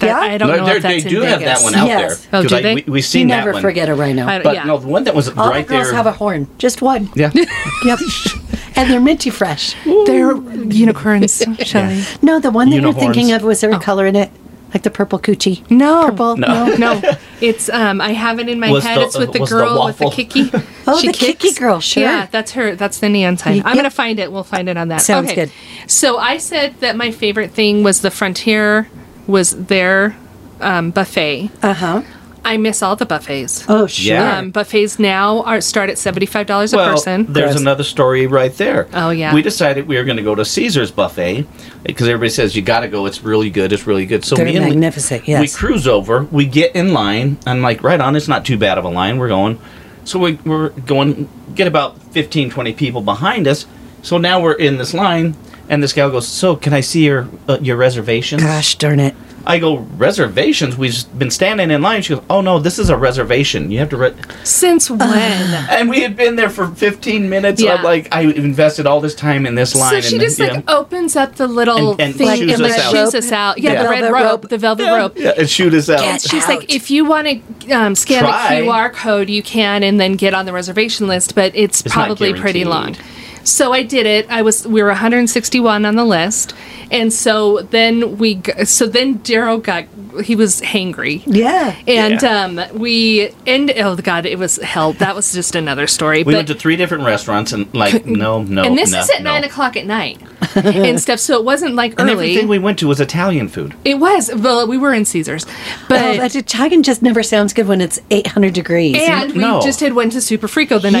C: That,
D: Yeah?
C: I don't
E: No,
C: know
E: there-
C: if
E: they
C: that's in
E: do have
C: Vegas.
E: that one out
D: Yes.
E: there.
C: Oh,
E: 'Cause
C: do
E: I-
C: they?
E: We, we've
D: You
E: seen that
D: never
E: one.
D: forget it right
C: I-
D: now.
E: But
C: yeah.
E: no, the one that was
D: All
E: right
D: the girls
E: there.
D: have a horn, just one.
E: *laughs* yeah.
D: *laughs* Yep.
E: *laughs*
D: and they're minty fresh.
C: They're *laughs* unicorns, Shelley.
D: No, the one that you're
E: Unicorns.
D: thinking of was there a
C: Oh.
D: color in it, like the purple coochie.
C: No.
D: purple.
E: No.
D: *laughs*
C: No, it's um. I have it in my
E: Was
C: head.
E: the-
C: it's with the
E: was the
C: girl with the
E: waffle? *laughs*
C: kiki.
D: Oh, the kiki girl, sure.
C: Yeah, that's her. That's the neon sign.
D: Y-
C: I'm gonna
D: yep.
C: find it. We'll find it on that.
D: Sounds
C: okay.
D: good.
C: So I said that my favorite thing was the Frontier was their um, buffet.
D: Uh huh.
C: I miss all the buffets.
D: Oh, sure.
E: Yeah.
C: Um, buffets now are start at seventy five dollars a
E: well,
C: person.
E: There's
D: Gross.
E: another story right there.
C: Oh, yeah.
E: We decided we were going to go to Caesar's buffet because everybody says you got to go. It's really good. It's really good. So
D: They're
E: me and Lee-
D: magnificent,
E: We
D: yes.
E: cruise over. We get in line. I'm like, right on. It's not too bad of a line. We're going. So we, we're going. Get about 15, 20 people behind us. So now we're in this line, and this gal goes, "So can I see your uh, your reservations?"
D: Gosh darn it.
E: I go, "Reservations? We've just been standing in line." She goes, "Oh no, this is a reservation. You have to." Re-
C: Since when?
E: *laughs* and we had been there for 15 minutes.
C: Yeah.
E: I'm like, I invested all this time in this line.
C: So she
E: and,
C: just
E: you
C: like oh,
E: know.
C: opens up the little
E: And- and
C: thing
E: shoes
C: and
E: us
C: like
E: out.
C: shoes us out. Yeah,
E: Yeah.
C: the red
D: Velvet
C: rope,
D: rope.
C: the velvet
E: yeah,
C: rope.
E: Yeah, and shoot us out.
D: Yes.
C: She's
D: Ouch.
C: like, if you want to um, scan
E: Try.
C: a QR code, you can, and then get on the reservation list. But it's,
E: It's not
C: probably pretty long.
E: guaranteed.
C: So I did it. I was we were 161 on the list, and so then we g- so then Darrow got he was hangry.
D: Yeah.
C: And
E: Yeah.
C: um, we and oh god, it was hell. That was just another story.
E: We
C: but
E: went to three different restaurants and like no no
C: and this
E: no,
C: is at
E: no.
C: nine o'clock at
E: *laughs*
C: night and stuff. So it wasn't like
E: And
C: early.
E: everything we went to was Italian food.
C: it was well, we were in Caesars, but
D: Oh, that Italian just never sounds good when it's 800 degrees.
C: And we
E: No.
C: just had went to Super Frico the
D: Yes.
C: night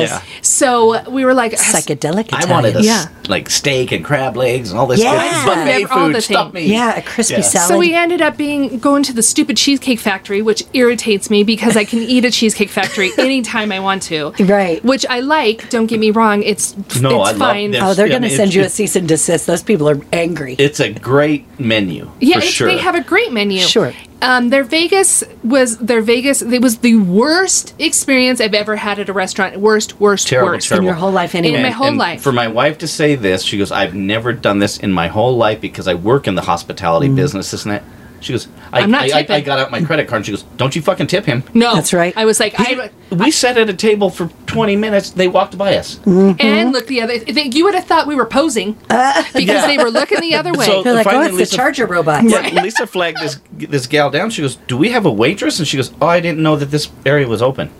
E: Yeah.
C: before. So we were like,
D: Psychedelic Italian.
E: I wanted a, s-
C: Yeah.
E: like steak and crab legs and all this
D: Yeah.
E: good buffet
C: All the
E: food. Stuff
C: thing.
E: me.
D: Yeah, a crispy
E: Yeah.
D: salad.
C: so we ended up being going to the stupid Cheesecake Factory, which irritates me because I can
E: *laughs*
C: eat a Cheesecake Factory anytime I want to.
D: Right.
C: Which I like, don't get me wrong, it's,
E: No, I
C: it's
E: love
C: fine.
E: this.
D: oh, they're
E: Yeah,
D: going to
E: it's-
D: send you a
E: it's-
D: cease and desist. Those people are angry.
E: It's a great menu.
C: Yeah,
E: for
C: it's,
E: sure.
C: they have a great menu.
D: Sure.
C: Um, their Vegas was their Vegas. It was the worst experience I've ever had at a restaurant. Worst, worst,
E: Terrible,
C: worst.
E: terrible.
D: your whole life
C: In
D: anyway.
C: my
E: And-
C: whole
E: and
C: life.
E: For my wife to say this, she goes, I've never done this in my whole life because I work in the hospitality business, isn't it? She goes, I,
C: I'm not
E: I, I, I
C: tipping.
E: got out my credit card. And she goes, Don't you fucking tip him.
C: No,
D: That's right.
C: I was like, I,
E: We sat at a table for 20 minutes. They walked by us.
D: Mm-hmm.
C: and look the other. They, you would have thought we were
D: *laughs*
C: posing because
E: Yeah.
C: they were looking the other way.
E: *laughs* So-
D: They're like, oh,
E: finally
D: it's the
E: Lisa-
D: charger robots.
C: *laughs*
E: Yeah, Lisa flagged this this gal down. She goes, "Do we have a waitress?" And she goes, "Oh, I didn't know that this area was open."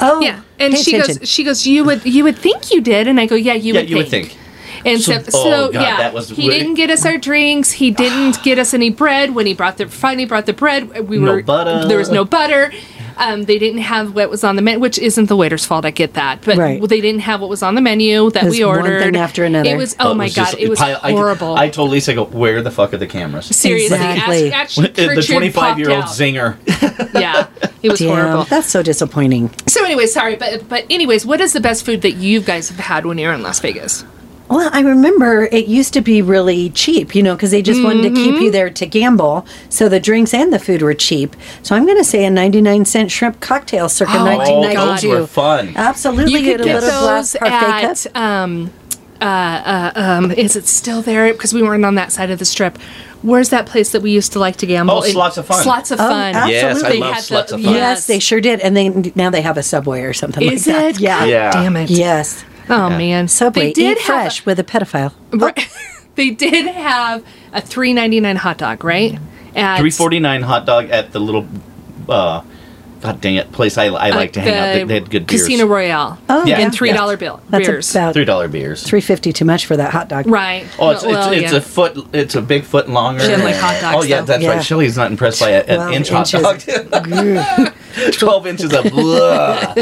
D: Oh,
C: yeah, and
D: pay
C: she
D: attention.
C: goes, she goes, you would you would think you did, and I go, yeah, you
E: yeah,
C: would
E: you would
C: think.
E: think.
C: And
E: So-
C: so, so,
E: oh, God,
C: yeah,
E: that was
C: he
E: really- Ah.
C: didn't get us our drinks. He didn't get us any bread. When he brought the finally brought the bread, we
E: No
C: were
E: butter.
C: there was no butter. Um, they didn't have what was on the menu, which isn't the waiter's fault. I get that, but
D: Right.
C: they didn't have what was on the menu that
D: It was
C: we
D: one thing
C: ordered.
D: after another.
C: It was oh,
E: it
C: my
E: was
C: god,
E: just
C: it was
E: pile- I-
C: horrible.
E: I, told Lisa, "I go, where the fuck are the cameras?"
C: Seriously,
D: Exactly.
C: actually, actually
E: *laughs* the
C: Gertrude
E: twenty-five year old
C: popped out.
E: zinger.
C: Yeah, it was
D: Damn,
C: horrible.
D: that's so disappointing.
C: So, anyway, sorry, but but anyways, what is the best food that you guys have had when you're in Las Vegas?
D: Well, I remember it used to be really cheap, you know, because they just wanted to keep
C: Mm-hmm.
D: you there to gamble. So the drinks and the food were cheap. So I'm going to say a 99 cent shrimp cocktail circa
C: Oh,
E: Oh, those
D: 1992.
E: were fun.
D: Absolutely,
C: You
D: get
C: could
D: a
C: get
D: little
C: those
D: glass parfait
C: at
D: cup.
C: um, uh, uh, um, is it still there? Because we weren't on that side of the strip. Where's that place that we used to like to gamble?
E: Oh, Slots of Fun.
C: Slots of
D: Oh,
C: fun.
D: absolutely.
E: Yes, I
D: They
E: love
C: had
E: sluts
C: the-
E: of fun.
C: yeah.
D: Yes, they sure did, and they now they have a subway or something.
C: Is
D: like that.
C: it?
D: *laughs* Yeah.
C: God
E: Yeah.
C: Damn it.
D: Yes.
C: Oh man.
D: Subway.
C: They did
D: Eat fresh
C: have.
D: with a pedophile.
C: right- *laughs* they did have a three ninety nine hot dog, right? At
E: Three forty nine hot dog at the little, uh, god dang it, place I, I
C: uh,
E: like to hang out. They, they had good beers.
C: Casino Royale.
D: Oh,
E: Yeah.
D: yeah.
C: and three dollar bill
D: That's
C: beers.
D: about
E: three dollar beers.
D: three fifty too much for that hot dog.
C: right.
E: Oh, it's,
C: Well,
E: it's, it's
C: yeah.
E: a foot. It's a big foot longer.
C: She didn't like hot dogs,
E: Oh yeah,
C: though.
E: that's
D: Yeah.
E: right. Shelly's not impressed by a- an
D: Twelve
E: inch hot
D: inches.
E: dog. *laughs* Twelve inches of. blah.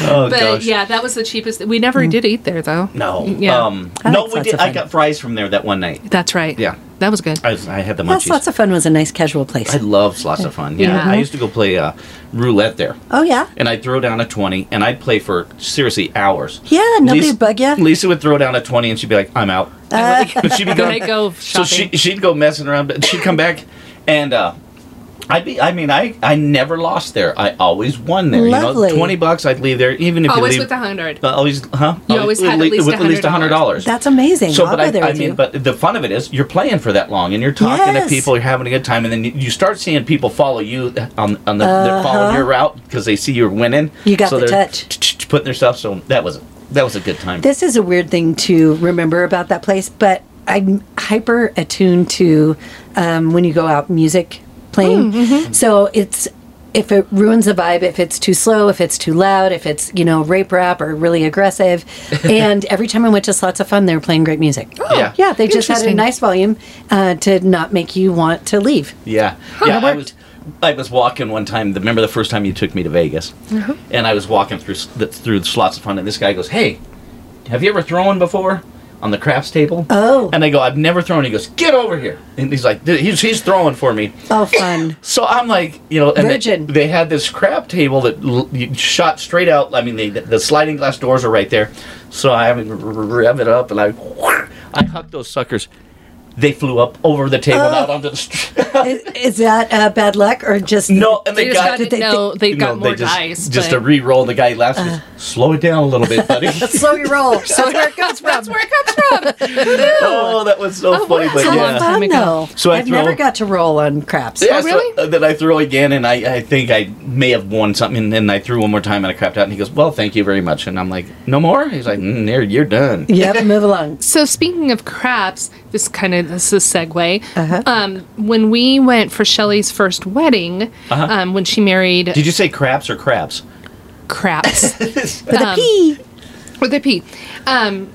E: oh
C: But
E: gosh.
C: yeah, that was the cheapest. We never
D: Mm.
C: did eat there though.
E: No.
C: Yeah.
E: Um,
D: I
E: no,
D: like
E: we
D: lots
E: did.
D: of
E: I
D: fun.
E: got fries from there that one night.
C: That's right.
E: Yeah.
C: that was good.
E: I, was, I had the
D: That's
E: munchies.
D: lots of fun. Was a nice casual place.
E: I love lots of fun. Yeah.
C: Yeah.
E: I used to go play uh, roulette there.
D: oh yeah.
E: and I'd throw down a 20 and I'd play for seriously hours.
D: Yeah, nobody would bug ya. Uh.
E: Lisa would throw down a 20 and she'd be like, I'm out.
C: I really-
E: But she'd be
C: Then
E: gone.
C: I'd go
E: so she,
C: shopping.
E: she'd go messing around, but she'd come back and uh, I be, I mean, I, I never lost there. I always won there. You
D: Lovely.
E: know, twenty bucks, I'd leave there, even if
C: Always
E: you leave
C: with a hundred.
E: Uh, always, huh?
C: You always had at
E: with
C: least
E: with at least a
C: $100.
E: hundred dollars.
D: That's amazing.
E: So,
D: I'll
E: but
D: go there
E: I, I
D: with
E: mean,
D: you.
E: but the fun of it is you're playing for that long, and you're talking
D: Yes.
E: to people, you're having a good time, and then you, you start seeing people follow you on on the they're following your route because they see you're winning.
D: Uh-huh. You got
E: so
D: the
E: they're
D: touch.
E: Putting their stuff. So that was that was a good time.
D: This is a weird thing to remember about that place, but I'm hyper attuned to um, when you go out music playing. So it's if it ruins the vibe, if it's too slow, if it's too loud, if it's you know rape rap or really
E: *laughs*
D: aggressive. and every time I went to Slots of Fun, they were playing great music.
E: yeah.
D: Yeah, they just had a
C: Interesting.
D: nice volume uh, to not make you want to leave.
E: Yeah, yeah. I was I was walking one time. the- Remember the first time you took me to Vegas,
D: Mm-hmm.
E: and I was walking through s- the, through the slots of fun, and this guy goes, "Hey, have you ever thrown before?" On the craps table.
D: Oh.
E: And I go, I've never thrown. He goes, get over here. And he's like, "Dude, he's, he's throwing for me.
D: Oh,
E: *laughs*
D: fun!
E: So I'm like, you know, and they-
D: Virgin.
E: They, had this crab table that l- you shot straight out. I mean, they, the sliding glass doors are right there. So I would rev it up and I, I hucked those suckers. They flew up over the table and out onto the street.
D: is, is that uh, bad luck or just
E: *laughs* no, and
C: They
E: they,
C: just
E: got,
C: got,
D: did they-
C: no. They
E: no,
C: got more
E: just,
C: dice.
E: Just
C: but- Uh.
E: a re-roll. The guy laughs. goes, Slow it down a little
C: *laughs*
E: bit, buddy.
D: slow your roll? So where it comes from.
C: That's where it comes from.
E: *laughs* oh, that was so funny.
C: wow.
E: But
C: How
D: How
E: yeah.
C: time
D: fun
C: ago.
D: though.
E: So I
D: I've never
E: throw-
D: got to roll on craps.
E: Yeah,
C: Oh, really?
E: so, uh, then I throw again, and I, I think I may have won something, and then I threw one more time, and I crapped out, and he goes, well, thank you very much. And I'm like, no more? He's like, mm, you're, you're done.
D: Yep, move along.
C: So speaking of craps, this kind of this is a segue.
D: Uh-huh.
C: Um, when we went for Shelley's first wedding, um, when she married
E: Uh-huh. Did you say craps or crabs?
C: craps
D: With
C: Um,
D: a P.
C: with a P, um,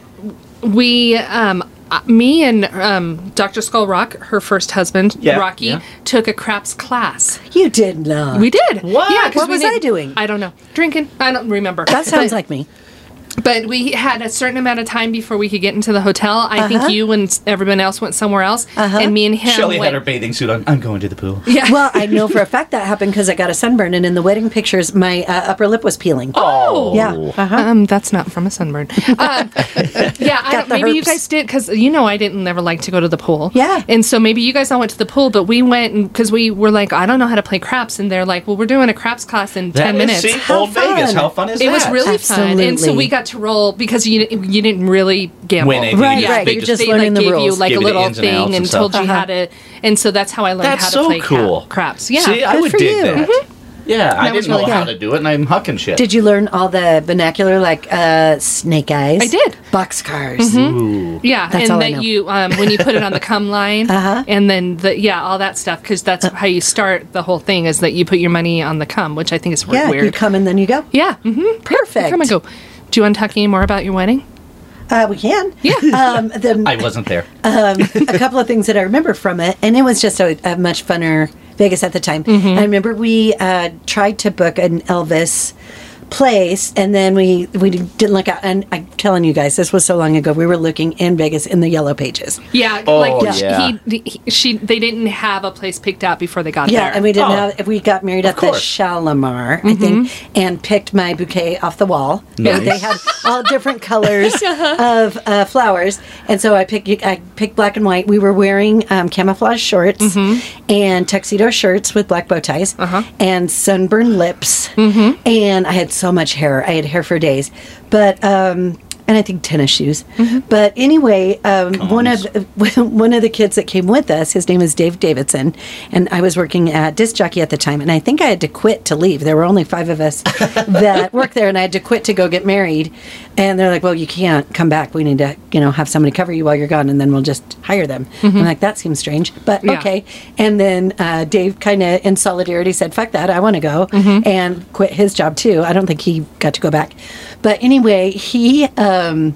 C: we um, uh, me and um, Dr. Skull Rock, her first husband,
E: Yeah,
C: Rocky,
E: yeah.
C: took a craps class.
D: You did not.
C: We did.
E: What?
C: Yeah, 'cause
D: What
C: we
D: was
C: did-
D: I doing?
C: I don't know. Drinking. I don't remember.
D: that sounds
C: But-
D: like me.
C: But we had a certain amount of time before we could get into the hotel. I
D: Uh-huh.
C: think you and s- everyone else went somewhere else, and me and him.
E: Shelly
C: went,
E: had her bathing suit on. I'm going to the pool.
C: Yeah.
D: Well, I know for a fact that happened because I got a sunburn, and in the wedding pictures, my uh, upper lip was peeling.
E: Oh.
D: yeah. Uh-huh.
C: Um, that's not from a
D: *laughs*
C: sunburn. Um, yeah, I
D: Got
C: don't,
D: the
C: maybe you
D: herpes.
C: guys did because you know I didn't never like to go to the pool.
D: Yeah.
C: and so maybe you guys all went to the pool, but we went because we were like, I don't know how to play craps, and they're like, Well, we're doing a craps class in
E: That
C: ten
E: is-
C: minutes.
E: See,
D: How
E: old Vegas.
D: fun.
E: How fun is
C: it
E: that?
C: was really fun, and so
D: Absolutely.
C: we got to roll because you you didn't really gamble.
E: Win anything,
D: Right, right,
E: they
D: you're
E: just-
D: just
C: they
D: learning
C: like
D: the
C: gave
D: rules.
C: you like
E: Give
C: a
E: you the
C: little
E: ins and outs
C: thing
E: and
C: and
E: stuff.
C: told you
D: Uh-huh.
C: how to, and so that's how I learned
E: That's
C: how to
E: so
C: play ca-
E: cool.
C: craps. Yeah,
E: See, I
D: Good
E: would
D: for
E: dig
D: you.
E: that. Yeah, I
C: was
E: didn't know
C: really
E: how
C: good.
E: to do it, and I'm hucking shit.
D: Did you learn all the vernacular like uh, snake eyes?
C: I did. Mm-hmm.
D: Boxcars.
C: Yeah,
D: That's
C: and
D: all
C: that
D: I know. Uh-huh.
C: you um, when you put it on the
D: *laughs*
C: cum line, and then the yeah, all that stuff because that's how you start the whole thing is that you put your money on the cum, which I think is
D: Yeah,
C: weird.
D: you come and then you go.
C: yeah, mm-hmm.
D: Perfect.
C: Come and go. Do you want to talk any more about your wedding?
D: Uh, we can. Yeah. *laughs* Um, the,
E: I wasn't there.
D: um, a couple of things that I remember from it, and it was just a, a much funner Vegas at the time.
E: Mm-hmm.
D: I remember we uh, tried to book an Elvis place, and then we we didn't look out. And I'm telling you guys, this was so long ago. We were looking in Vegas in the yellow pages.
C: Yeah,
E: Oh,
C: like
E: yeah.
C: she- He, he, she, they didn't have a place picked out before they got
D: Yeah,
C: there.
D: and we didn't
E: Oh.
D: have. We got married at the
E: course. Mm-hmm.
D: Shalimar, I think, and picked my bouquet off the wall.
E: Nice.
D: They had all different colors of uh, flowers, and so I picked. I picked black and white. We were wearing um, camouflage shorts and tuxedo shirts with black bow ties and sunburned lips, and I had so much hair. I had hair for days, but. Um, and I think tennis shoes, but anyway, um, one of the- *laughs* one of the kids that came with us, his name is Dave Davidson, and I was working at disc jockey at the time, and I think I had to quit to leave. There were only five of us that worked there, and I had to quit to go get married. And they're like, "Well, you can't come back. We need to, you know, have somebody cover you while you're gone, and then we'll just hire them." I'm like, "That seems strange, but
C: Yeah.
D: okay." And then uh, Dave kind of, in solidarity, said, "Fuck that. I want to go,"
E: Mm-hmm.
D: and quit his job too. I don't think he got to go back, but anyway, he. Um,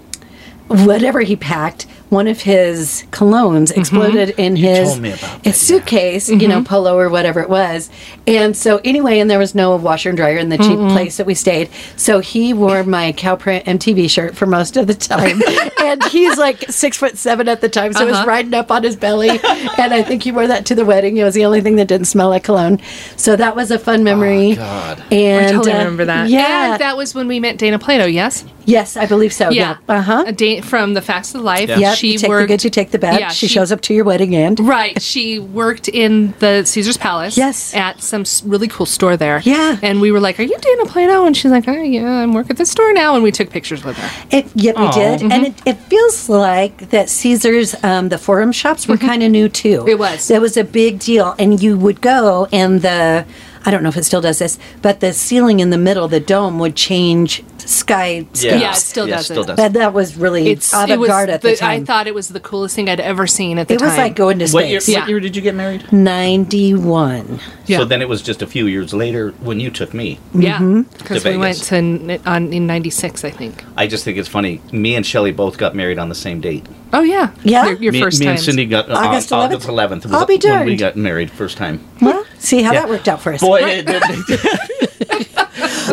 D: whatever he packed, one of his colognes exploded in his,
E: Mm-hmm. told me about
D: his suitcase, you
C: Mm-hmm.
D: know, polo or whatever it was. And so, anyway, and there was no washer and dryer in the
C: Mm-hmm.
D: cheap place that we stayed. So he wore my cow print MTV shirt for most of
C: *laughs*
D: the time. and he's like six foot seven at the time. So it was
C: Uh-huh.
D: riding up on his
C: *laughs*
D: belly. and I think he wore that to the wedding. It was the only thing that didn't smell like cologne. So that was a fun memory.
E: God.
D: And
C: Oh, I totally
D: uh,
C: remember that.
D: Yeah.
C: and that was when we met Dana Plato. Yes,
D: Yes, I believe so.
C: Yeah.
D: Yeah. Uh huh.
C: A da- from the facts of life.
E: Yeah.
D: Yeah.
C: She
D: you take
C: worked.
D: the good, you take the bad.
C: Yeah,
D: she, shows up to your wedding and
C: Right. She worked in the Caesar's Palace.
D: Yes.
C: At some s- really cool store there.
D: Yeah.
C: And we were like, Are you doing a play now? And she's like, Oh, yeah, I'm working at this store now. And we took pictures with her.
D: It, yep, we
E: Aw.
D: did, and it,
C: Mm-hmm.
D: it feels like that Caesar's, um, the forum shops were kind of new too.
C: Mm-hmm. It was.
D: It was a big deal, and you would go, and the, I don't know if it still does this, but the ceiling in the middle, the dome would change sky.
E: Yeah,
C: Yeah, it still does
E: still
C: it.
E: does.
D: But that was really
C: it was
D: avant-garde at the, time.
C: I thought it was the coolest thing I'd ever seen at the
D: it
C: time.
D: was like going to
E: What year,
D: space.
E: what
C: Yeah.
E: year did you get married?
D: Ninety-one.
C: Yeah.
E: So then it was just a few years later when you took me.
C: Yeah.
D: Mm-hmm.
C: Because
E: To
C: we went
E: Vegas.
C: to n- on, in 96, I think.
E: I just think it's funny. Me and Shelly both got married on the same date.
C: Oh, yeah.
D: Yeah?
C: Your, your
E: me,
C: first
E: me
C: time.
E: and Cindy got uh,
D: August
E: on
D: 11th?
E: August 11th. was
D: I'll be
E: when we
D: darned.
E: got married first time.
D: Well, see how
E: Yeah.
D: that worked out for us.
E: Boy, it, it-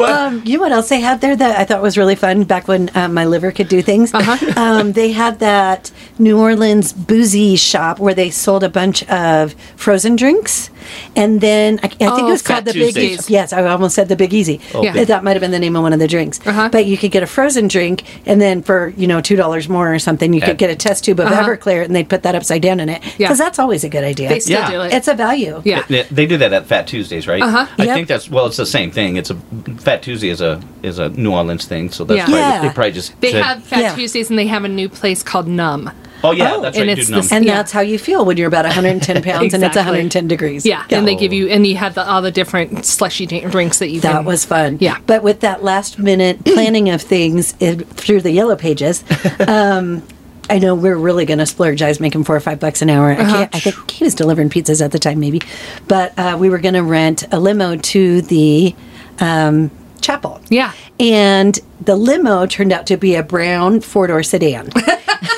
D: Um, you know what else they had there that I thought was really fun back when um, my liver could do things?
C: Uh-huh.
D: *laughs* Um, they had that New Orleans boozy shop where they sold a bunch of frozen drinks. And then I, I think
C: Oh,
D: it was
C: Fat
D: called the Big
E: Tuesdays.
D: Easy. Yes, I almost said the Big Easy.
E: Oh, Yeah.
C: Big-
D: That might have been the name of one of the drinks.
C: Uh-huh.
D: But you could get a frozen drink, and then for, you know, $2 more or something, you
E: Yeah.
D: could get a test tube of
C: Uh-huh.
D: Everclear and they'd put that upside down in it. Because
C: Yeah.
D: that's always a good idea.
C: They still
E: Yeah.
C: do it.
D: it's a value.
C: yeah.
E: they, they do that at Fat Tuesdays, right? Uh-huh. I
D: Yep.
E: think that's well, it's the same thing. It's a Fat Tuesday is a is a New Orleans thing, so that's
C: Yeah.
E: probably,
D: Yeah.
E: they probably just
C: They
E: said,
C: have Fat
D: Yeah.
C: Tuesdays and they have a new place called Numb.
E: Oh yeah,
D: Oh,
E: that's
C: and
E: right,
C: it's
E: dude.
C: the
E: No.
C: same-
D: And
C: Um, Yeah.
D: that's how you feel when you're
C: *laughs*
D: about 110 pounds and it's
C: Exactly.
D: 110 degrees.
C: Yeah, and they give you, and you have the, all the different slushy d- drinks that you.
D: That
C: can-
D: was fun.
C: Yeah.
D: But with that
C: *clears throat*
D: last minute planning of things it, through the
C: *laughs*
D: yellow pages, um, I know we're really going to splurge. I was making four or five bucks an hour. I,
C: Uh-huh.
D: can't, I think he was delivering pizzas at the time, maybe. But uh, we were going to rent a limo to the um, chapel.
C: Yeah.
D: And the limo turned out to be a brown four
C: *laughs*
D: door sedan.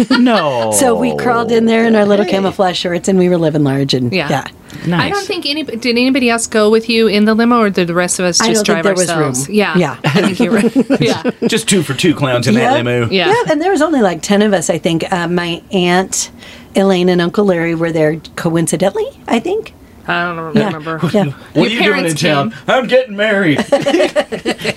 D: *laughs*
E: no.
D: so we crawled in there in our little camouflage shorts and we were living large. And
C: Yeah. I don't
E: Nice.
C: think any. Did anybody else go with you in the limo, or did the rest of us
D: I
C: just
D: don't
C: drive
D: think there was
C: ourselves?
D: room.
C: Yeah,
D: Yeah.
C: I think you're
D: *laughs*
C: right. Yeah,
E: just two for two clowns in
D: Yeah.
E: that limo.
C: Yeah.
D: and there was only like 10 of us, I think. Uh, my aunt, Elaine, and Uncle Larry were there coincidentally, I think.
C: I don't
D: Yeah.
C: remember.
E: *laughs*
D: Yeah.
C: Your
E: What are you doing in
C: parents
E: town? I'm
C: *laughs*
E: getting married. *laughs*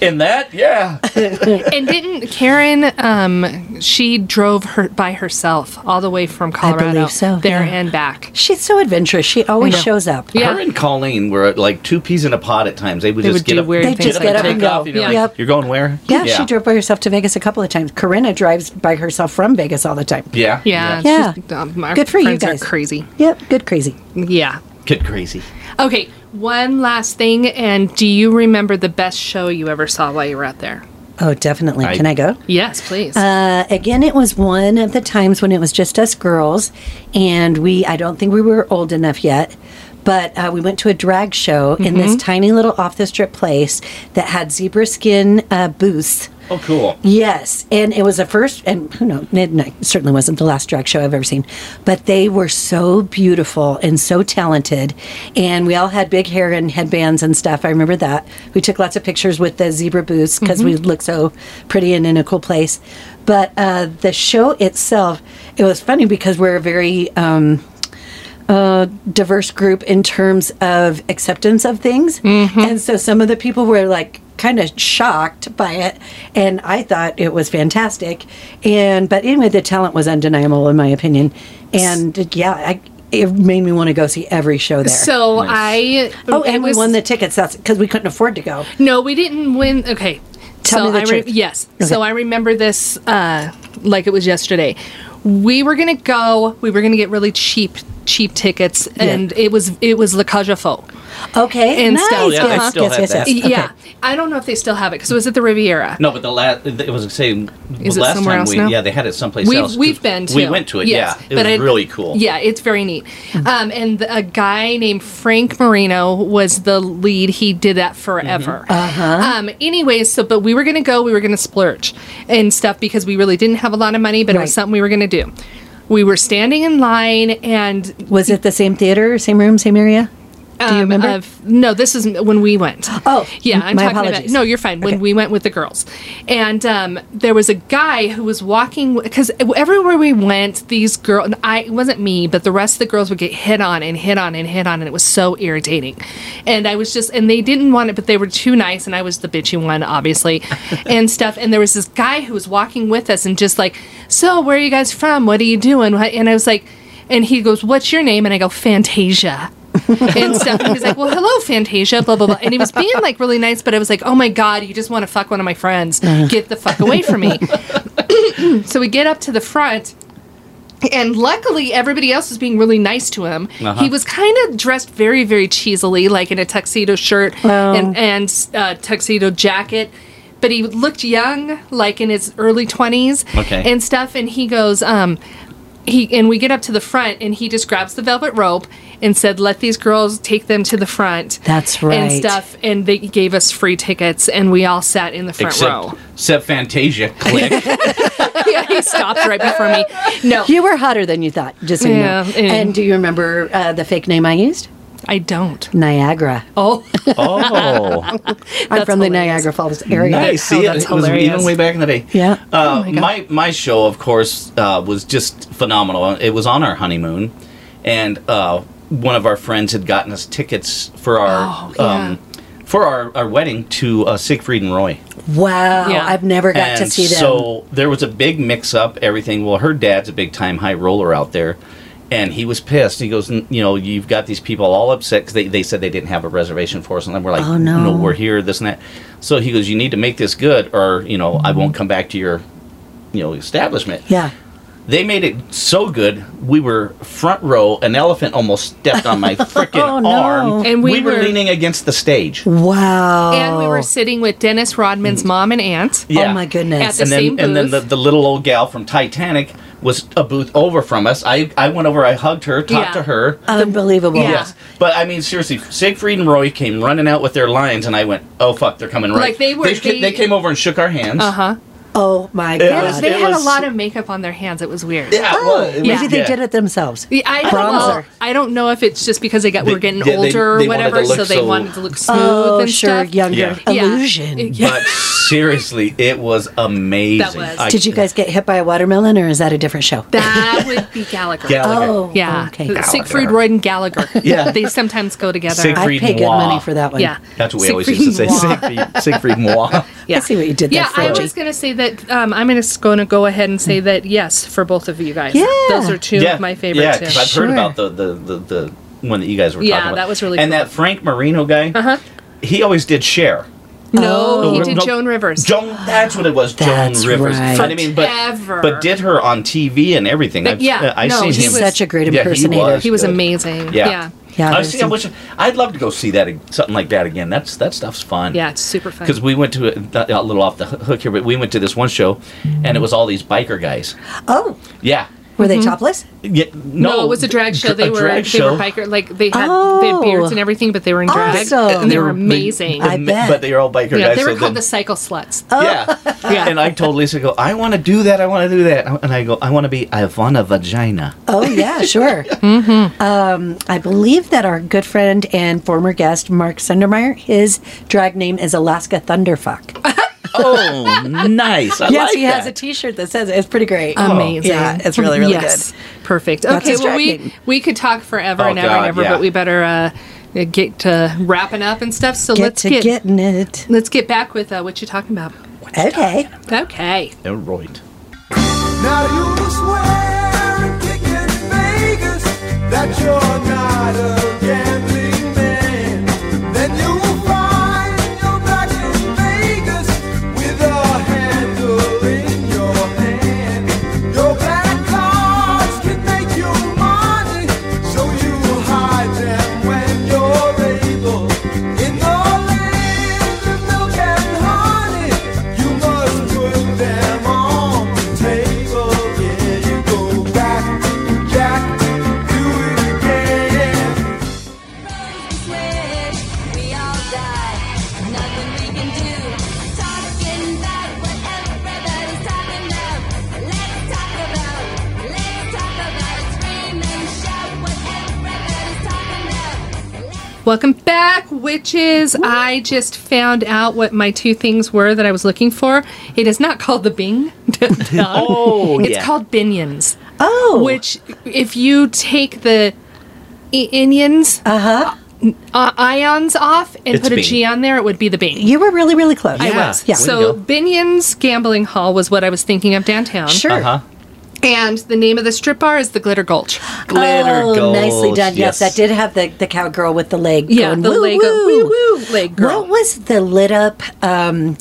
E: in that, yeah.
C: And didn't Karen? Um, she drove her by herself all the way from Colorado,
D: believe so,
C: there
D: yeah.
C: and back.
D: She's so adventurous. She always shows up.
C: Yeah.
E: Her and Colleen were like two peas in a pod at times. They would
C: They
E: just
C: would
E: get
C: do
E: up,
C: weird
D: They
C: things
D: just
C: like
D: get up
C: that.
D: and go.
E: You know,
C: Yeah.
E: like,
D: Yep.
E: You're going where?
D: Yeah, she drove by herself to Vegas a couple of times. Corinna drives by herself from Vegas all the time.
E: Yeah.
C: Yeah,
D: Yeah.
C: she's- um, our
D: Good for you
C: friends
D: guys.
C: Are crazy.
D: Yep, good crazy.
C: Yeah.
E: Get crazy.
C: Okay. One last thing, and do you remember the best show you ever saw while you were out there?
D: Oh, definitely.
E: I-
D: Can I go?
C: Yes, please.
D: Uh, again, it was one of the times when it was just us girls, and we, I don't think we were old enough yet, but uh, we went to a drag show in this tiny little off the strip place that had zebra skin uh, booths.
E: Oh, cool.
D: Yes, and it was the first, and who knows, it n- certainly wasn't the last drag show I've ever seen, but they were so beautiful and so talented, and we all had big hair and headbands and stuff. I remember that. We took lots of pictures with the zebra boots because we looked so pretty and in a cool place. But uh, the show itself, it was funny because we're a very um, diverse group in terms of acceptance of things.
C: Mm-hmm.
D: And so some of the people were like kind of shocked by it and I thought it was fantastic. And but anyway the talent was undeniable in my opinion. And yeah, I it made me want to go see every show there.
C: so I.
D: oh, and
C: it
D: we
C: was-
D: won the tickets. That's because we couldn't afford to go.
C: No, we didn't win. Okay.
D: Tell
C: so
D: me the
C: I
D: truth.
C: Yes. So I remember this uh, like it was yesterday. We were gonna go. We were gonna get really cheap, cheap tickets, and it was it was La Cage aux Folles.
D: Okay,
C: And
D: nice.
C: still- Yeah,
E: they
D: yes,
E: still
D: yes,
E: had
D: yes,
E: that.
D: yes. Okay.
C: Yeah, I don't know if they still have it because it was at the Riviera.
E: No, but the last it was the same.
C: Is
E: the
C: it
E: last
C: somewhere
E: time
C: else
E: we
C: now?
E: yeah they had it someplace
C: we've,
E: else.
C: We've been to.
E: We went to it.
C: yes,
E: yeah, it
C: but
E: was
C: I-
E: really cool.
C: Yeah, it's very neat. Um, and the- a guy named Frank Marino was the lead. He did that forever. Uh-huh. Um, anyway, so but we were gonna go. We were gonna splurge and stuff because we really didn't have a lot of money, but it was
D: Right.
C: something we were gonna do. We were standing in line, and
D: Was it the same theater, same room, same area?
C: Do
D: you remember?
C: Um, no, this is when we went.
D: Oh,
C: yeah.
D: m-
C: I'm
D: my
C: talking
D: apologies.
C: About, no, you're fine. When
D: Okay.
C: we went with the girls, and um, there was a guy who was walking because everywhere we went, these girls. and I it wasn't me, but the rest of the girls would get hit on and hit on and hit on, and it was so irritating. And I was just, and they didn't want it, but they were too nice, and I was the bitchy one,
D: *laughs*
C: obviously, and stuff. And there was this guy who was walking with us, and just like, so where are you guys from? What are you doing? What-" And I was like. And he goes, "What's your name?" And I go, "Fantasia." and stuff. And he's like, "Well, hello, Fantasia." Blah blah blah. And he was being like really nice, but I was like, "Oh my god, you just want to fuck one of my friends?
E: Uh-huh.
C: Get the fuck away from
E: *laughs*
C: me!" so we get up to the front. And luckily, everybody else was being really nice to him.
E: Uh-huh.
C: He was kind of dressed very, very cheesily, like in a tuxedo shirt
E: Oh.
C: and, and uh, tuxedo jacket. But he looked young, like in his early 20s
E: Okay.
C: and stuff. And he goes, um, he and we get up to the front and he just grabs the velvet rope and said let these girls take them to the front
D: That's
C: and
D: right.
C: stuff and they gave us free tickets and we all sat in the front
E: Except,
C: row *laughs*
E: except Fantasia. Click.
C: yeah he stopped right before me no
D: You were hotter than you thought, just so you
C: Yeah,
D: know.
C: and-
D: And do you remember uh, the fake name I used?
C: i don't
D: Niagara.
C: oh
E: oh.
D: I'm
C: That's
D: from the
C: hilarious.
D: Niagara Falls area.
E: Nice.
C: Oh,
E: See,
C: that's
E: it was
C: hilarious. Oh
E: even way back in the day.
D: Yeah.
E: Uh, my, my show, of course, uh, was just phenomenal. It was on our honeymoon, and uh, one of our friends had gotten us tickets for our
C: Oh, yeah.
E: um, for our, our wedding to uh, Siegfried and Roy.
D: Wow,
C: Yeah.
D: I've never got
E: and
D: to see them.
E: so there was a big mix up. Everything. Well, her dad's a big time high roller out there. And he was pissed. He goes, "N- you know, you've got these people all upset because they, they said they didn't have a reservation for us, and then we're like,
D: Oh, no.
E: we're here, this and that. So he goes, you need to make this good, or you know, I won't come back to your, you know, establishment.
D: Mm-hmm. yeah.
E: They made it so good, we were front row. An elephant almost stepped
D: *laughs*
E: on my freaking
D: Oh, no. Oh,
E: arm,
C: And we
E: were
C: were-
E: leaning against the stage.
D: Wow.
C: and we were sitting with dennis
D: Mm.
C: rodman's mom and aunt
E: Yeah.
D: Oh my goodness.
C: At the
E: and then
C: same
E: and then the,
C: booth.
E: the little old gal from Titanic was a booth over from us. I I went over, I hugged her, talked
C: Yeah.
E: to her.
D: Unbelievable.
C: Yeah.
E: Yes, but I mean seriously, Siegfried and Roy came running out with their lines, and I went, "Oh fuck, they're coming right!"
C: Like, they were
E: They, ca-
C: the-
E: they came over and shook our hands. Uh
C: uh-huh
D: Oh my
E: It
C: They-
E: was-
D: god.
C: they
E: it
C: had
E: was-
C: a lot of makeup on their hands it was weird
E: Yeah, well,
C: Oh,
E: it was-
D: Maybe they
E: yeah.
D: did it themselves.
C: Yeah, I don't,
D: Bronzer.
C: know, I don't know if it's just because they got
E: They-
C: we're getting
E: yeah, they-
C: older
E: they
C: or
E: wanted to
C: whatever,
E: look
C: so they
E: so-
C: wanted to look smooth
D: Oh,
C: and
D: sure,
C: stuff.
D: younger
E: Yeah.
C: Yeah.
D: illusion.
C: Yeah.
E: But seriously, it was amazing.
C: That was-
E: I-
D: Did you guys get hit by a watermelon, or is that a different show?
C: That would be
E: *laughs*
C: Gallagher.
E: Gallagher.
D: Oh,
C: Yeah.
D: Okay.
C: The
E: Gallagher.
C: Siegfried, Royd, and Gallagher.
E: *laughs* Yeah.
C: They sometimes go together.
E: Siegfried-
D: I'd pay good
E: Noir.
D: money for that one.
C: Yeah.
E: That's what we always
C: Siegfried
E: used to say.
C: and Noir.
E: Siegfried,
C: *laughs*
E: Siegfried Moi.
C: Yeah.
D: I see what you did
C: Yeah,
D: there,
C: I
D: Floji.
C: was going to say that um, I'm just going to go ahead and say that yes for both of you guys.
D: Yeah.
C: Those are two of my favorite
E: Mm. Yeah,
C: too.
E: because I've heard
D: Sure.
E: about the, the the the one that you guys were
C: Yeah,
E: talking about.
C: that was really
E: And
C: cool.
E: that Frank Marino guy, he always did share.
C: no, Oh, he
E: No,
C: did
E: no.
C: Joan Rivers.
E: Joan, that's what it was.
D: That's
E: Joan Rivers.
D: right.
E: But I mean, but
C: Forever.
E: but did her on TV and everything.
C: But
E: I've,
C: yeah,
E: I
C: no,
E: seen
C: he
E: him.
C: was-
D: Such a great
E: Yeah, he
D: impersonator.
E: was.
C: he was
E: good.
C: amazing.
E: Yeah,
C: yeah.
D: Yeah,
E: I
D: there's
E: see. I
D: some-
E: wish I'd love to go see that ag- something like that again. That's that stuff's fun.
C: Yeah, it's super fun.
E: Because we went to a, a little off the hook here, but we went to this one show, and it was all these biker guys.
D: Oh,
E: Yeah,
D: were they
C: Mm-hmm.
D: topless?
E: yeah no,
C: No, it was a drag show. They
E: a
C: were
E: drag
C: they
E: show.
C: were biker like they had they had beards
D: Oh.
C: and everything, but they were in drag
D: Awesome.
C: and they were
E: They-
C: amazing.
D: I bet. Oh.
E: But they were all biker
C: yeah,
E: guys.
C: they were
E: so
C: called
E: then-
C: the cycle sluts.
D: *laughs*
E: Yeah.
C: Yeah.
E: And I told Lisa, I go, I want to do that. I want to do that. And I go, I want to be Ivana Vagina.
D: Oh
C: *laughs*
D: yeah, sure. mm-hmm. um, I believe that our good friend and former guest Mark Sundermeyer, his drag name is Alaska Thunderfuck.
E: Oh, *laughs* nice. I
D: yes,
E: like
D: he has a
E: that.
D: T-shirt that says it. It's pretty great.
C: Oh, Amazing.
D: Oh, Yeah, it's really really
C: yes.
D: good.
C: Perfect.
D: That's
C: Okay, well
D: distracting.
C: we we could talk forever
E: Oh,
C: and ever
E: God,
C: and ever,
E: yeah.
C: but we better uh, get to wrapping up and stuff. So
D: Get
C: let's
D: to
C: get
D: getting it.
C: let's get back with uh, what you're talking about.
D: Okay.
C: Okay.
E: Yeah, right.
G: Now you swear and kick in Vegas that you're not a gambling man. Then you'll find you're back in Vegas with a handle in your hand. Your bad cards can make you money, so you hide them when you're able. In the land of milk and honey, you must put them on the table. Yeah, you go back, Jack, do it again.
C: Welcome back, witches. I just found out what my two things were that I was looking for. It is not called the Bing. *laughs*
E: Oh,
C: it's
E: yeah.
C: called Binions.
D: Oh,
C: Which, if you take the I- Inions uh,
D: uh-huh.
C: ions off and
E: It's
C: put a G
E: Bing.
C: on there, it would be the Bing.
D: You were really, really close.
E: I was. Yeah. Way
C: So
E: to go.
C: Binion's Gambling Hall was what I was thinking of downtown.
D: Sure.
E: Uh huh.
C: And the name of the strip bar is the Glitter Gulch.
E: Glitter
D: oh,
E: gold.
D: nicely done. Yes. that did have the, the cowgirl with the leg.
C: Yeah,
D: going,
C: the
D: woo,
C: leg-
D: woo.
C: woo, woo, leg girl.
D: What was the lit up um,